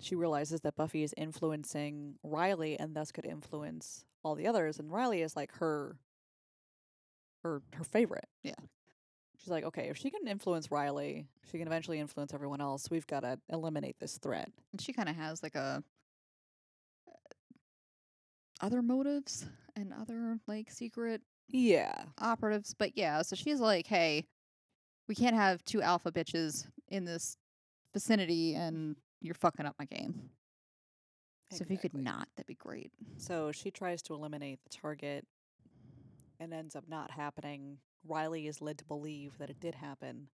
she realizes that buffy is influencing riley and thus could influence all the others and riley is like her her her favorite She's like, okay, if she can influence Riley, she can eventually influence everyone else. We've got to eliminate this threat. and she kind of has like a uh, other motives and other like secret Yeah. operatives but yeah so she's like hey we can't have two alpha bitches in this vicinity and you're fucking up my game so if you could Exactly. not that'd be great So she tries to eliminate the target and ends up not happening. Riley is led to believe that it did happen.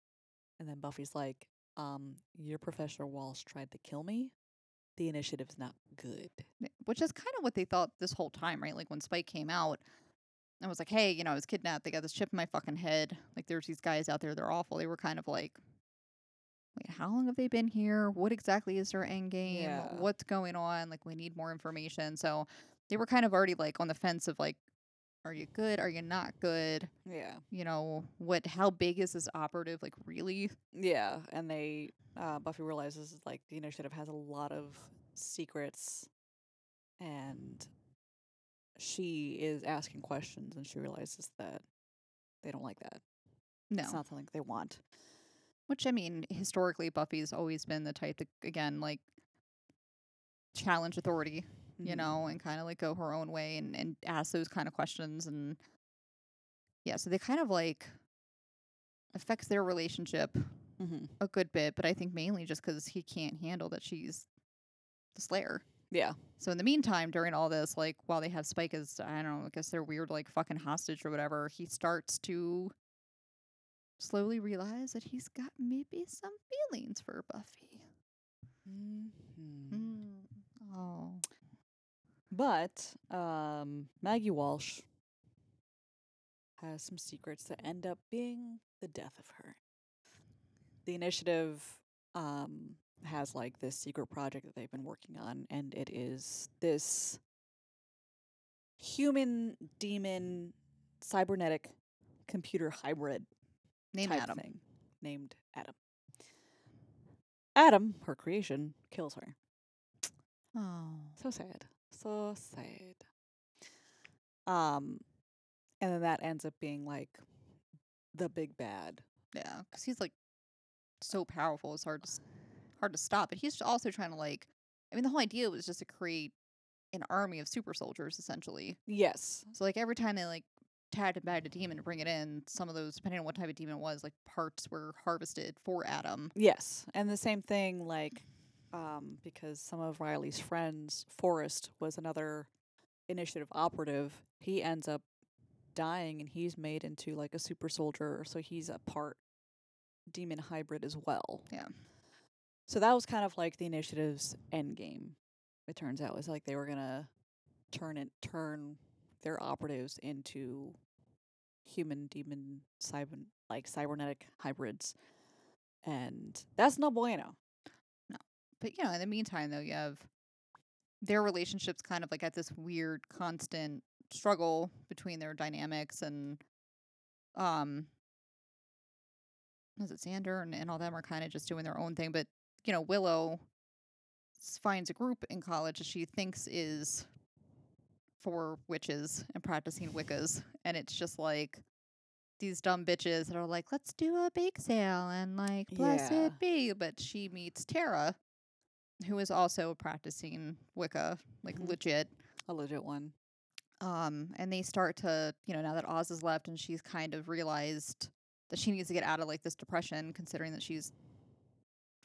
And then Buffy's like, um, your Professor Walsh tried to kill me. The initiative's not good. Yeah, which is kind of what they thought this whole time, right? Like when Spike came out and was like, "Hey, you know, I was kidnapped. They got this chip in my fucking head. Like, there's these guys out there. They're awful." They were kind of like, "Wait, how long have they been here? What exactly is their end game? Yeah. What's going on? Like, we need more information." So they were kind of already like on the fence of like, "Are you good? Are you not good? Yeah. You know, what? How big is this operative? Like, really?" Yeah, and they uh, Buffy realizes like the initiative has a lot of secrets, and she is asking questions, and she realizes that they don't like that. No. It's not something they want. Which I mean, historically, Buffy's always been the type that, again, like challenge authority, you Mhm. know, and kind of like go her own way and and ask those kind of questions and yeah, so they kind of like affects their relationship Mhm. a good bit, but I think mainly just because he can't handle that she's the Slayer. Yeah, So in the meantime, during all this, like while they have Spike as I don't know, I guess they're weird like fucking hostage or whatever, he starts to slowly realize that he's got maybe some feelings for Buffy. mm-hmm. Mm. Oh. but um, Maggie Walsh has some secrets that end up being the death of her. The initiative um, has like this secret project that they've been working on, and it is this human demon cybernetic computer hybrid Name type Adam. thing named Adam. Adam, her creation, kills her. Oh. So sad. So sad. Um, and then that ends up being like the big bad. Yeah, because he's like so powerful. It's hard to s- hard to stop. But he's also trying to like. I mean, the whole idea was just to create an army of super soldiers, essentially. Yes. So like every time they like tagged and bagged a demon to bring it in, some of those, depending on what type of demon it was, like parts were harvested for Adam. Yes. And the same thing, like, um, because some of Riley's friends, Forrest was another initiative operative. He ends up dying and he's made into like a super soldier. So he's a part demon hybrid as well. Yeah. So that was kind of like the initiative's end game. It turns out it was like they were gonna turn it turn their operatives into human demon cyber like cybernetic hybrids, and that's no bueno. But you know, in the meantime, though, you have their relationships kind of like at this weird constant struggle between their dynamics and um is it Xander and, and all them are kind of just doing their own thing. But, you know, Willow s- finds a group in college that she thinks is for witches and practicing Wiccas. And it's just like these dumb bitches that are like, let's do a bake sale and like, blessed Yeah. be. But she meets Tara, who is also a practicing Wicca, like Mhm. legit. a legit one. Um, and they start to, you know, now that Oz has left and she's kind of realized that she needs to get out of like this depression, considering that she's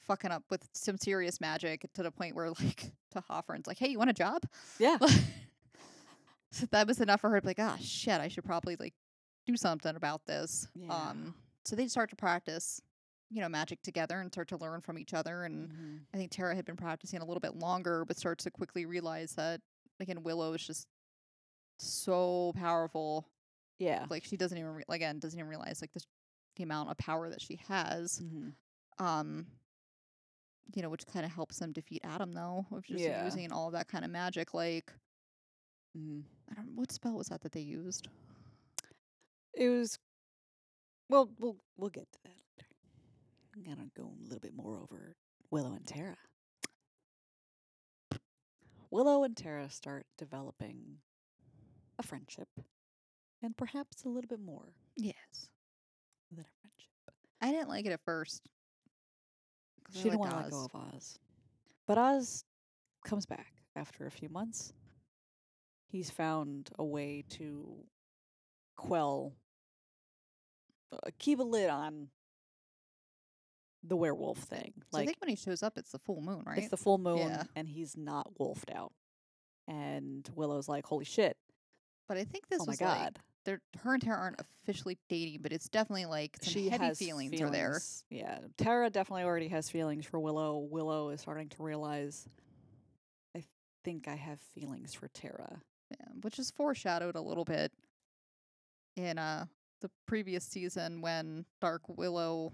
fucking up with some serious magic to the point where *laughs* like to Hoffern's like, Hey, you want a job? *laughs* Yeah. so that was enough for her to be like, ah shit, I should probably like do something about this. Yeah. Um so they start to practice, you know, magic together and start to learn from each other and Mhm. I think Tara had been practicing a little bit longer, but starts to quickly realize that again Willow is just so powerful. Yeah. Like she doesn't even re- again doesn't even realize like the, s- the amount of power that she has. Mhm. Um, you know, which kind of helps them defeat Adam though, of just Yeah. using all that kind of magic. Like Mhm. I don't what spell was that that they used. It was. Well, we'll we'll get to that later. I'm gonna go a little bit more over Willow and Tara. Willow and Tara start developing a friendship, and perhaps a little bit more Yes, than a friendship. I didn't like it at first. 'cause I She didn't liked want to let go Oz. of Oz. But Oz comes back after a few months. He's found a way to quell, uh, keep a lid on the werewolf thing. So I Like, think when he shows up, it's the full moon, right? it's the full moon Yeah. and he's not wolfed out. And Willow's like, holy shit. but I think this oh my was like god. they're her and Tara aren't officially dating, but it's definitely like some she heavy has feelings, are there. feelings. Yeah, Tara definitely already has feelings for Willow. Willow is starting to realize, I think I have feelings for Tara. Yeah, which is foreshadowed a little bit in uh the previous season when Dark Willow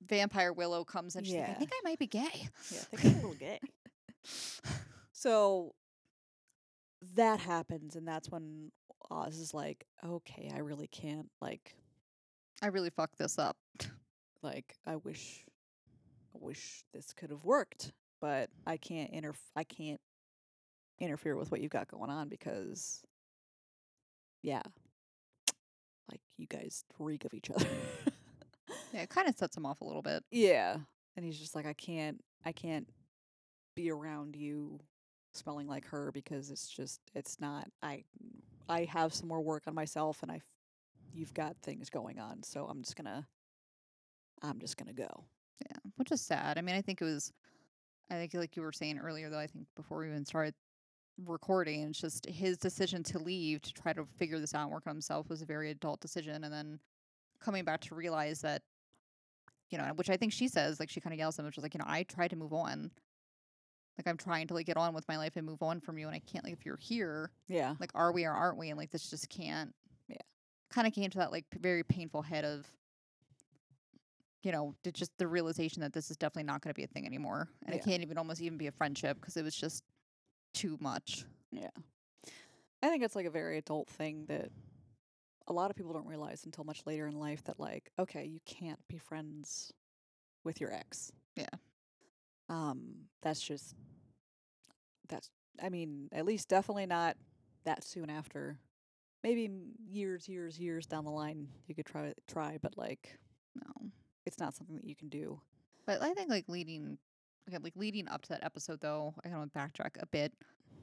Vampire Willow comes and she's like, I Yeah. think I might be gay. Yeah, I think I'm a little gay. *laughs* So that happens, and that's when Oz is like, "Okay, I really can't. Like, *laughs* I really fucked this up. like I wish, I wish this could have worked, but I can't inter. I can't interfere with what you've got going on because, yeah, like you guys reek of each other. Yeah, it kinda sets him off a little bit. *laughs* yeah, and he's just like, I can't. I can't be around you smelling like her because it's just it's not i i have some more work on myself and i f- you've got things going on so i'm just gonna i'm just gonna go Yeah. Which is sad. I mean, I think it was I think like you were saying earlier though, I think before we even started recording, it's just his decision to leave to try to figure this out and work on himself was a very adult decision and then coming back to realize that you know, which I think she says, like she kinda yells at him, she's like, you know, I tried to move on. Like I'm trying to like get on with my life and move on from you and I can't like if you're here, yeah like are we or aren't we? And like this just can't Yeah. Kinda came to that like p- very painful head of you know, d- just the realization that this is definitely not going to be a thing anymore, and it Yeah. can't even almost even be a friendship because it was just too much. I think it's like a very adult thing that a lot of people don't realize until much later in life that like, okay, you can't be friends with your ex. Yeah. Um, that's just that's I mean, at least definitely not that soon after. Maybe m- years, years, years down the line you could try try, but like No, it's not something that you can do. but I think like leading, okay, like leading up to that episode though, I kind of backtrack a bit,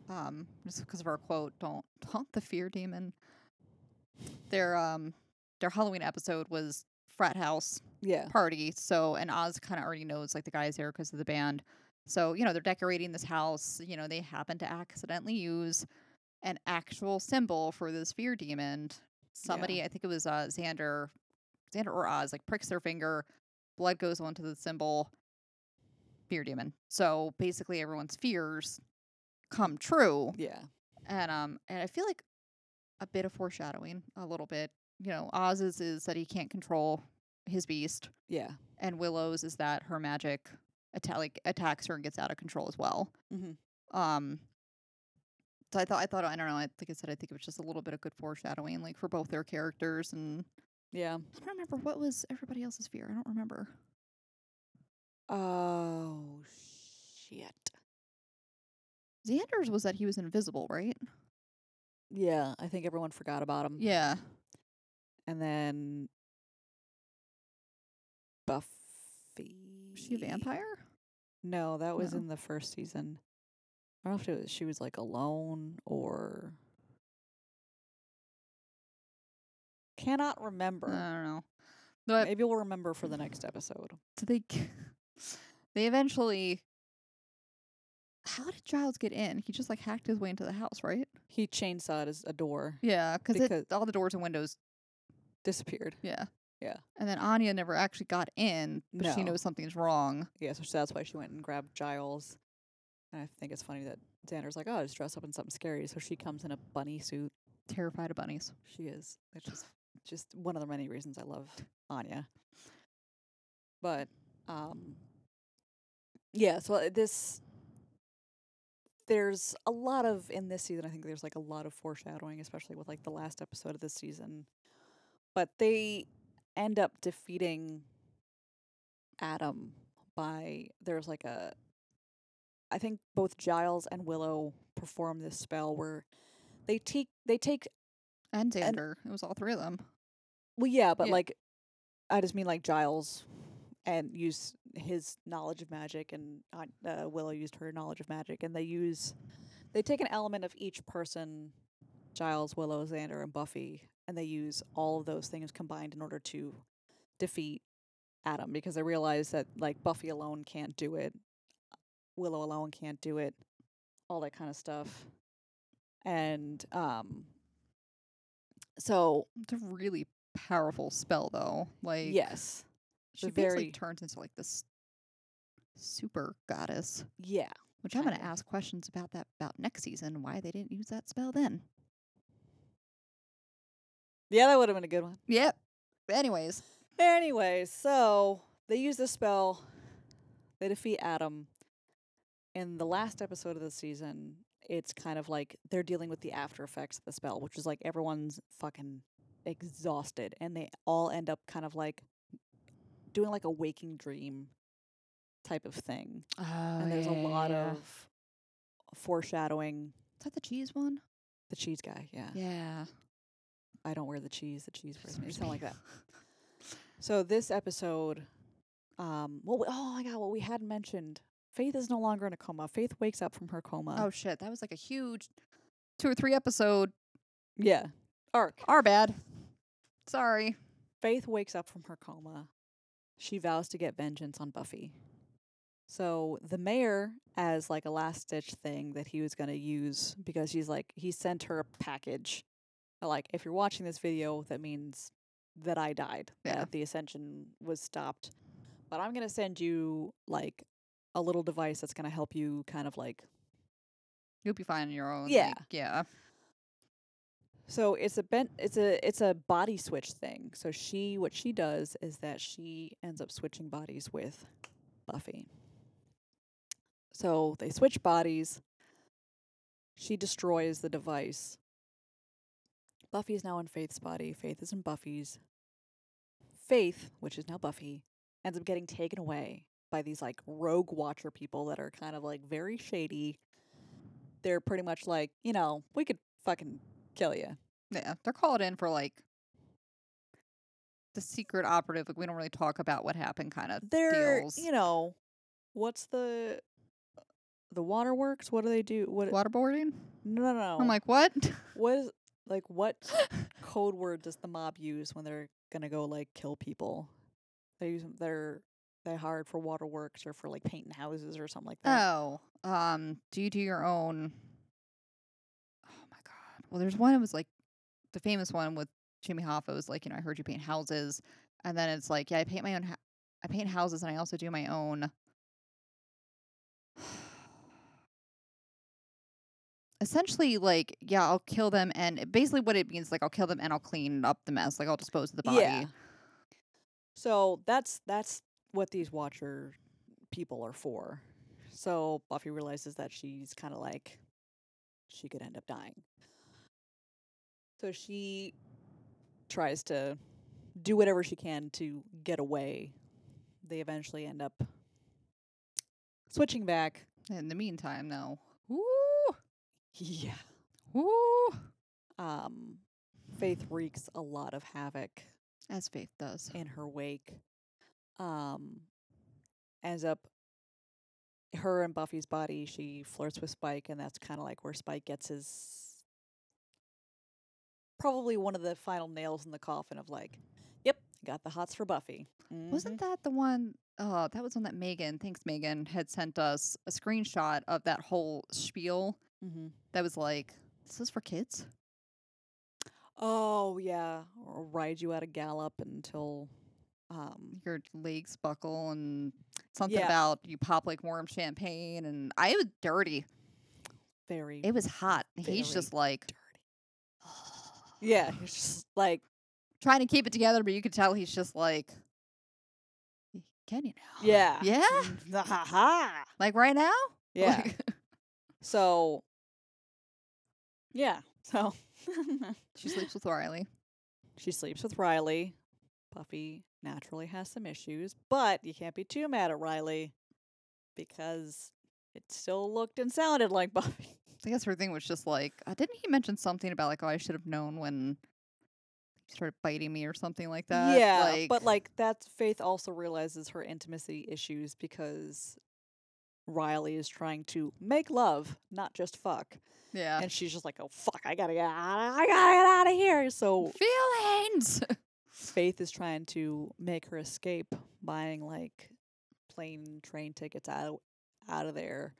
um, just because of our quote, "Don't taunt the fear demon." Their um, their Halloween episode was frat house, Yeah. party. So, and Oz kind of already knows like the guys there because of the band. So, you know, they're decorating this house. You know, they happen to accidentally use an actual symbol for this fear demon. Somebody, I think it was uh, Xander, Xander or Oz, like pricks their finger, blood goes onto the symbol, fear demon. So basically, everyone's fears come true Yeah. and um and I feel like a bit of foreshadowing, a little bit. You know, Oz's is that he can't control his beast, Yeah. and Willow's is that her magic atta- like attacks her and gets out of control as well. Mhm. Um, so I thought I thought I don't know. I like I said, I think it was just a little bit of good foreshadowing, like for both their characters. And Yeah. I don't remember what was everybody else's fear. I don't remember. Oh shit. Xander's was that he was invisible, right? Yeah, I think everyone forgot about him. Yeah. And then Buffy. Was she a vampire? No, that was No. in the first season. I don't know if it was, she was like alone or cannot remember. I don't know. Uh, But Maybe we'll remember for the next episode. so they g- *laughs* they eventually how did Giles get in? He just like hacked his way into the house, right? He chainsawed his, a door, Yeah, because Because- all the doors and windows. disappeared. Yeah, Yeah. And then Anya never actually got in, but she No. knows something's wrong. Yeah, so that's why she went and grabbed Giles. And I think it's funny that Xander's like, "Oh, just dress up in something scary." So she comes in a bunny suit. Terrified of bunnies. She is, which is just one of the many reasons I love Anya. But um, yeah. So uh, this there's a lot of in this season. I think there's like a lot of foreshadowing, especially with like the last episode of this season. But they end up defeating Adam by there's like a I think both Giles and Willow perform this spell where they take they take And And- Xander. it was all three of them. well, yeah, but Yeah. like, I just mean like Giles, and use his knowledge of magic, and Aunt- uh, Willow used her knowledge of magic, and they use they take an element of each person, Giles, Willow, Xander, and Buffy, and they use all of those things combined in order to defeat Adam because they realize that like Buffy alone can't do it, Willow alone can't do it, all that kind of stuff, and um. So It's a really powerful spell, though. Like yes, she the basically very- turns into like this super goddess. yeah. Which I'm going to Kinda. ask questions about that about next season. Why they didn't use that spell then? Yeah, that would have been a good one. Yep. Anyways, Anyway, so they use this spell. They defeat Adam. In the last episode of the season, it's kind of like they're dealing with the after effects of the spell, which is like everyone's fucking exhausted and they all end up kind of like doing like a waking dream type of thing. oh, and there's a lot of foreshadowing. is that the cheese one? The cheese guy, yeah. Yeah, I don't wear the cheese, the cheese wears me. Something like that. So this episode, um, well, we, oh my god, what we had mentioned, Faith is no longer in a coma. Faith wakes up from her coma. Oh shit, that was like a huge two or three episode. yeah, arc. Our bad. Sorry. Faith wakes up from her coma. She vows to get vengeance on Buffy. So the mayor, as like a last ditch thing that he was going to use, because he's like he sent her a package, uh, like if you're watching this video, that means that I died, Yeah. that the ascension was stopped. But I'm going to send you like a little device that's going to help you kind of like You'll be fine on your own. Yeah. like, yeah. So it's a bent it's a it's a body switch thing. So she what she does is that she ends up switching bodies with Buffy. So they switch bodies. She destroys the device. Buffy is now in Faith's body. Faith is in Buffy's. Faith, which is now Buffy, ends up getting taken away by these like rogue watcher people that are kind of like very shady. They're pretty much like, you know, we could fucking kill you. Yeah. They're called in for like the secret operative. Like we don't really talk about what happened, kind of they're deals. you know what's the uh, the waterworks what do they do what Waterboarding. no no no I'm like, what? what is like what *laughs* code word does the mob use when they're gonna go like kill people they use they're they hired for waterworks or for like painting houses or something like that oh, um, do you do your own? Oh my god. Well, there's one. It was like the famous one with Jimmy Hoffa. Was like, you know, I heard you paint houses, and then it's like, yeah, I paint my own. Ha- I paint houses, and I also do my own. Essentially, like, yeah, I'll kill them, and eh, basically, what it means, like, I'll kill them and I'll clean up the mess, like, I'll dispose of the body. yeah so that's that's what these watcher people are for so buffy realizes that she's kind of like she could end up dying so she tries to do whatever she can to get away they eventually end up switching back *laughs* In the meantime, though, ooh, Yeah. Woo! Um, Faith wreaks a lot of havoc As Faith does. in her wake. Um, ends up her and Buffy's body. She flirts with Spike, and that's kind of like where Spike gets his probably one of the final nails in the coffin of like, yep, got the hots for Buffy. Wasn't Mm-hmm. that the one? Oh, that was one that Megan, thanks Megan, had sent us a screenshot of that whole spiel Mm-hmm. that was like, "This is for kids." Oh yeah, or ride you at a gallop until. Um, Your legs buckle and something Yeah. about you pop like warm champagne, and I was dirty. very It was hot. and He's Very just like dirty. *gasps* Yeah, he's just like, *sighs* trying to keep it together, but you could tell he's just like, "Can you now?" yeah, Yeah, Mm, ha ha. Ah! *laughs* like right now. Yeah. Like, So, yeah. So *laughs* she sleeps with Riley. she sleeps with Riley. Buffy naturally has some issues, but you can't be too mad at Riley because it still looked and sounded like Buffy. *laughs* I guess her thing was just like, uh, didn't he mention something about like, oh, I should have known when he started biting me or something like that? yeah, but like that's Faith also realizes her intimacy issues because Riley is trying to make love, not just fuck. yeah, and she's just like, "Oh fuck, I gotta get out! I gotta get out of here!" So feelings. *laughs* Faith is trying to make her escape, buying like plane train tickets out out of there.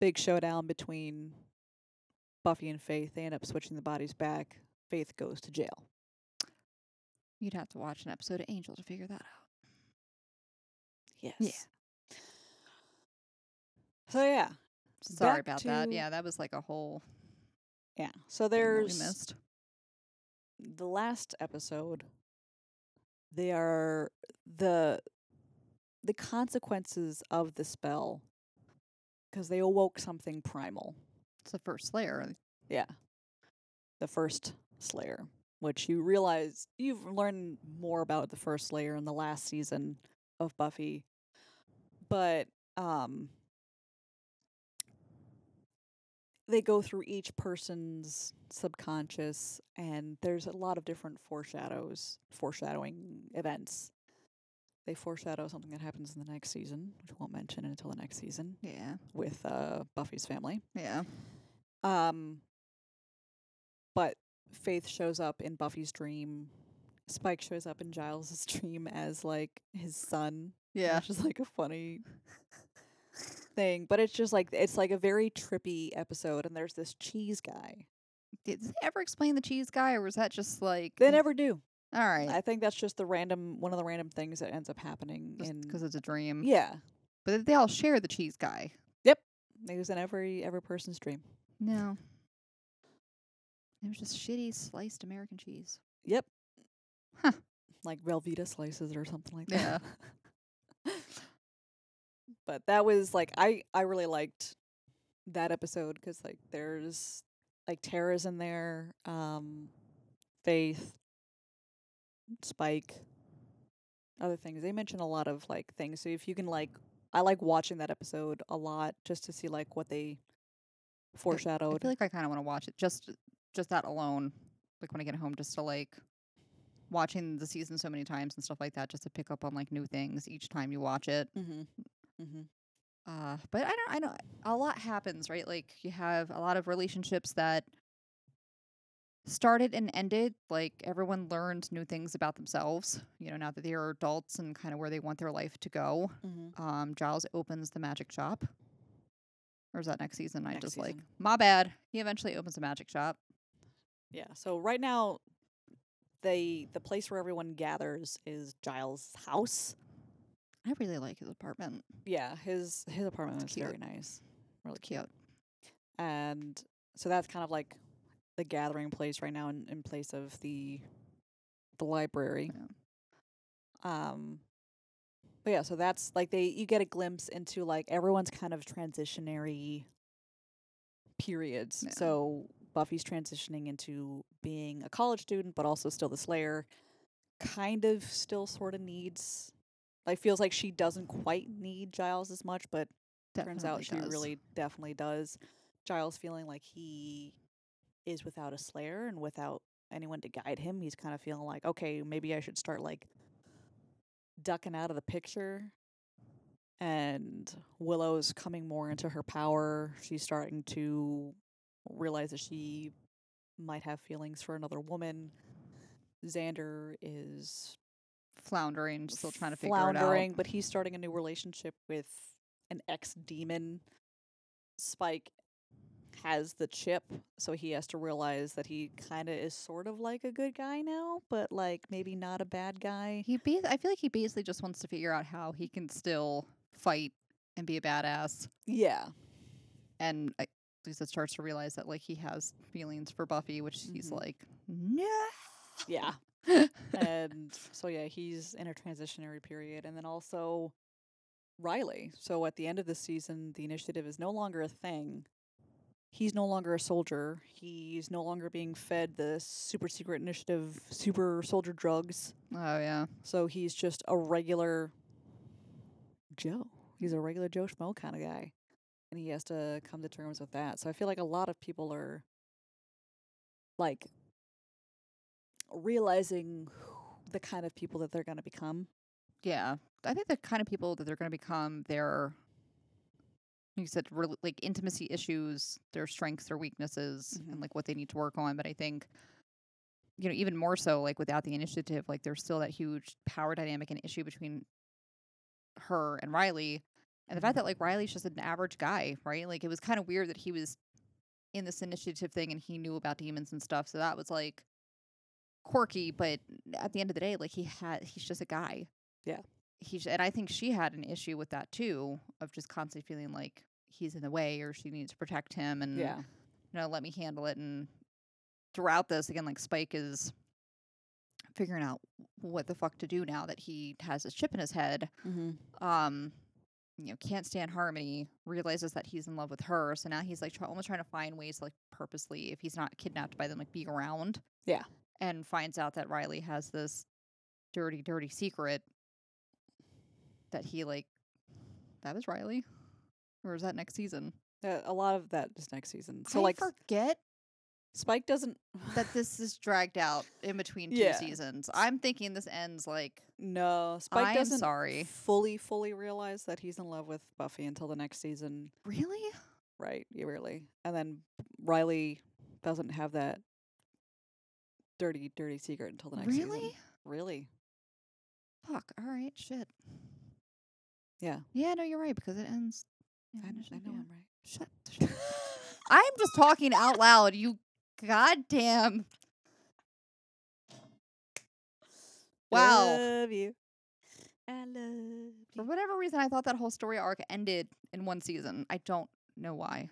Big showdown between Buffy and Faith. They end up switching the bodies back. Faith goes to jail. You'd have to watch an episode of Angel to figure that out. Yes. So yeah, Sorry Back about that. to- Yeah, that was like a whole yeah. So thing that we there's missed. the last episode they are the the consequences of the spell because they awoke something primal It's the first Slayer. yeah the first slayer which you realize you've learned more about the first slayer in the last season of buffy but um they go through each person's subconscious and there's a lot of different foreshadows foreshadowing events they foreshadow something that happens in the next season which I won't mention until the next season Yeah, with uh, buffy's family yeah. um, but Faith shows up in Buffy's dream. Spike shows up in Giles's *laughs* dream as like his son. Yeah. which is like a funny thing, but it's just like it's like a very trippy episode. And there's this cheese guy. Did did they ever explain the cheese guy, or was that just like They never do. All Mm, right, I think that's just the random one of the random things that ends up happening in. because it's a dream. Yeah, But they all share the cheese guy. it was in every every person's dream. No, it was just shitty sliced American cheese. Yep. Huh. Like Velveeta slices or something like Yeah. that. *laughs* but that was like I I really liked that episode because like there's like Tara's in there, um, Faith, Spike, other things. They mention a lot of like things. So if you can like, I like watching that episode a lot just to see like what they I foreshadowed. feel like I kind of want to watch it just just that alone. Like when I get home, just to like watching the season so many times and stuff like that, just to pick up on like new things each time you watch it. mm-hmm. Mm-hmm. Uh, but I don't. I know a lot happens, right? Like you have a lot of relationships that started and ended. Like everyone learned new things about themselves. You know, now that they are adults and kind of where they want their life to go. Mm-hmm. Um, Giles opens the magic shop. Or is that next season? I Next just like season. my bad. He eventually opens a magic shop. Yeah. So right now, they the place where everyone gathers is Giles' house. I really like his apartment. Yeah, his his apartment It's is cute. very nice, really Cute. cute. And so that's kind of like the gathering place right now, in, in place of the the library. Yeah. Um. But yeah, so that's like they you get a glimpse into like everyone's kind of transitionary periods. Yeah. So Buffy's transitioning into being a college student, but also still the Slayer. Kind of still sort of needs like feels like she doesn't quite need Giles as much, but turns out Definitely she does. really definitely does. Giles feeling like he is without a slayer and without anyone to guide him. He's kind of feeling like, okay, maybe I should start like ducking out of the picture. And Willow's coming more into her power. She's starting to realize that she might have feelings for another woman. Xander is floundering, still trying to figure it out. floundering, but he's starting a new relationship with an ex demon. Spike has the chip, so he has to realize that he kind of is sort of like a good guy now, but like maybe not a bad guy. He bas- I feel like he basically just wants to figure out how he can still fight and be a badass. Yeah. And I, Lisa starts to realize that like he has feelings for Buffy, which he's Mhm. like, no. Yeah. and so yeah, he's in a transitionary period, and then also Riley. So at the end of this season, the initiative is no longer a thing. He's no longer a soldier. He's no longer being fed the super secret initiative super soldier drugs. oh yeah. So he's just a regular Joe. He's a regular Joe Schmo kind of guy. And he has to come to terms with that. So I feel like a lot of people are like realizing who- the kind of people that they're going to become. Yeah. I think the kind of people that they're going to become, their, you said, rel like intimacy issues, their strengths, their weaknesses, Mhm. and like what they need to work on. But I think, you know, even more so, like without the initiative, like there's still that huge power dynamic and issue between her and Riley. And the fact that like Riley's just an average guy, right? Like it was kind of weird that he was in this initiative thing and he knew about demons and stuff. So that was like quirky, but at the end of the day, like he had, he's just a guy he's and I think she had an issue with that too of just constantly feeling like he's in the way or she needs to protect him and you know let me handle it and throughout this again like Spike is figuring out what the fuck to do now that he has this chip in his head Mm-hmm. um you know can't stand harmony realizes that he's in love with her so now he's like try, almost trying to find ways to like purposely if he's not kidnapped by them like be around Yeah. and finds out that riley has this dirty dirty secret that he like that was riley or is that next season Uh, a lot of that is next season. So I like forget Spike doesn't that this is dragged out in between two Yeah. seasons i'm thinking this ends like *laughs* no, Spike i'm doesn't sorry fully fully realize that he's in love with Buffy until the next season. really Right, you really. And then Riley doesn't have that dirty, dirty secret until the next season. really Really? Fuck. All right. Shit. Yeah. Yeah. No, you're right because it ends. I, kn- I know I'm right. *laughs* Shut. shut. I'm just talking out loud. You goddamn. Wow. Love you. I love For you. whatever reason, I thought that whole story arc ended in one season. I don't know why.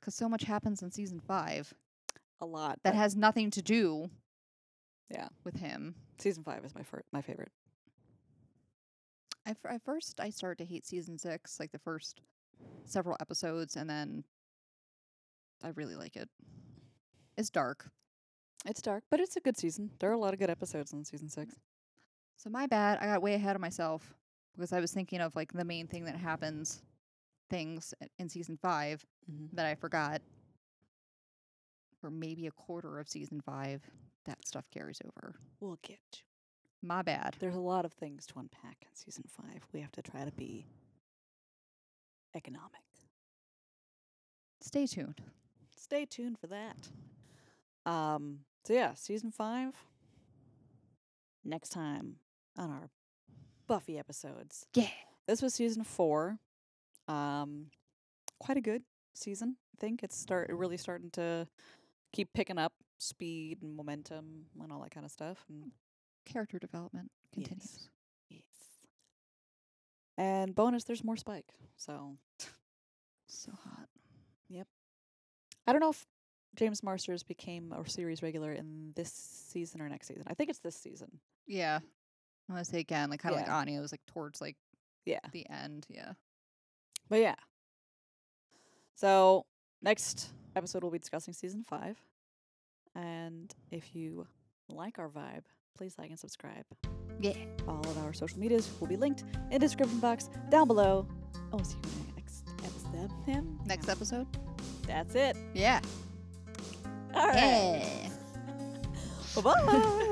Because so much happens in season five A lot. that but has nothing to do. Yeah. With him. season five is my fir- my favorite. I f- at first I started to hate season six, like the first several episodes, and then I really like it. It's dark, It's dark, but it's a good season. There are a lot of good episodes in season six. Mm-hmm. so my bad. I got way ahead of myself because I was thinking of like the main thing that happens, things i- in season five Mhm. that I forgot, or maybe a quarter of season five. That stuff carries over. We'll get to. My bad. There's a lot of things to unpack in season five. We have to try to be economic. Stay tuned. stay tuned for that. Um, so yeah, season five. Next time on our Buffy episodes. Yeah. This was season four. Um, quite a good season. I think it's start really starting to keep picking up speed and momentum and all that kind of stuff. And Character development Yes. continues. yes. And bonus, there's more Spike. So So hot. I don't know if James Marsters became a series regular in this season or next season. I think it's this season. Yeah. I want to say again, like kind Yeah. of like Anya was like towards like Yeah. the end. Yeah. But yeah. So next episode we'll be discussing season five. And if you like our vibe, please like and subscribe. Yeah. All of our social medias will be linked in the description box down below. Oh, see you in the next episode. him. Next Yeah. episode? That's it. Yeah. All right. Yeah. Bye bye. *laughs*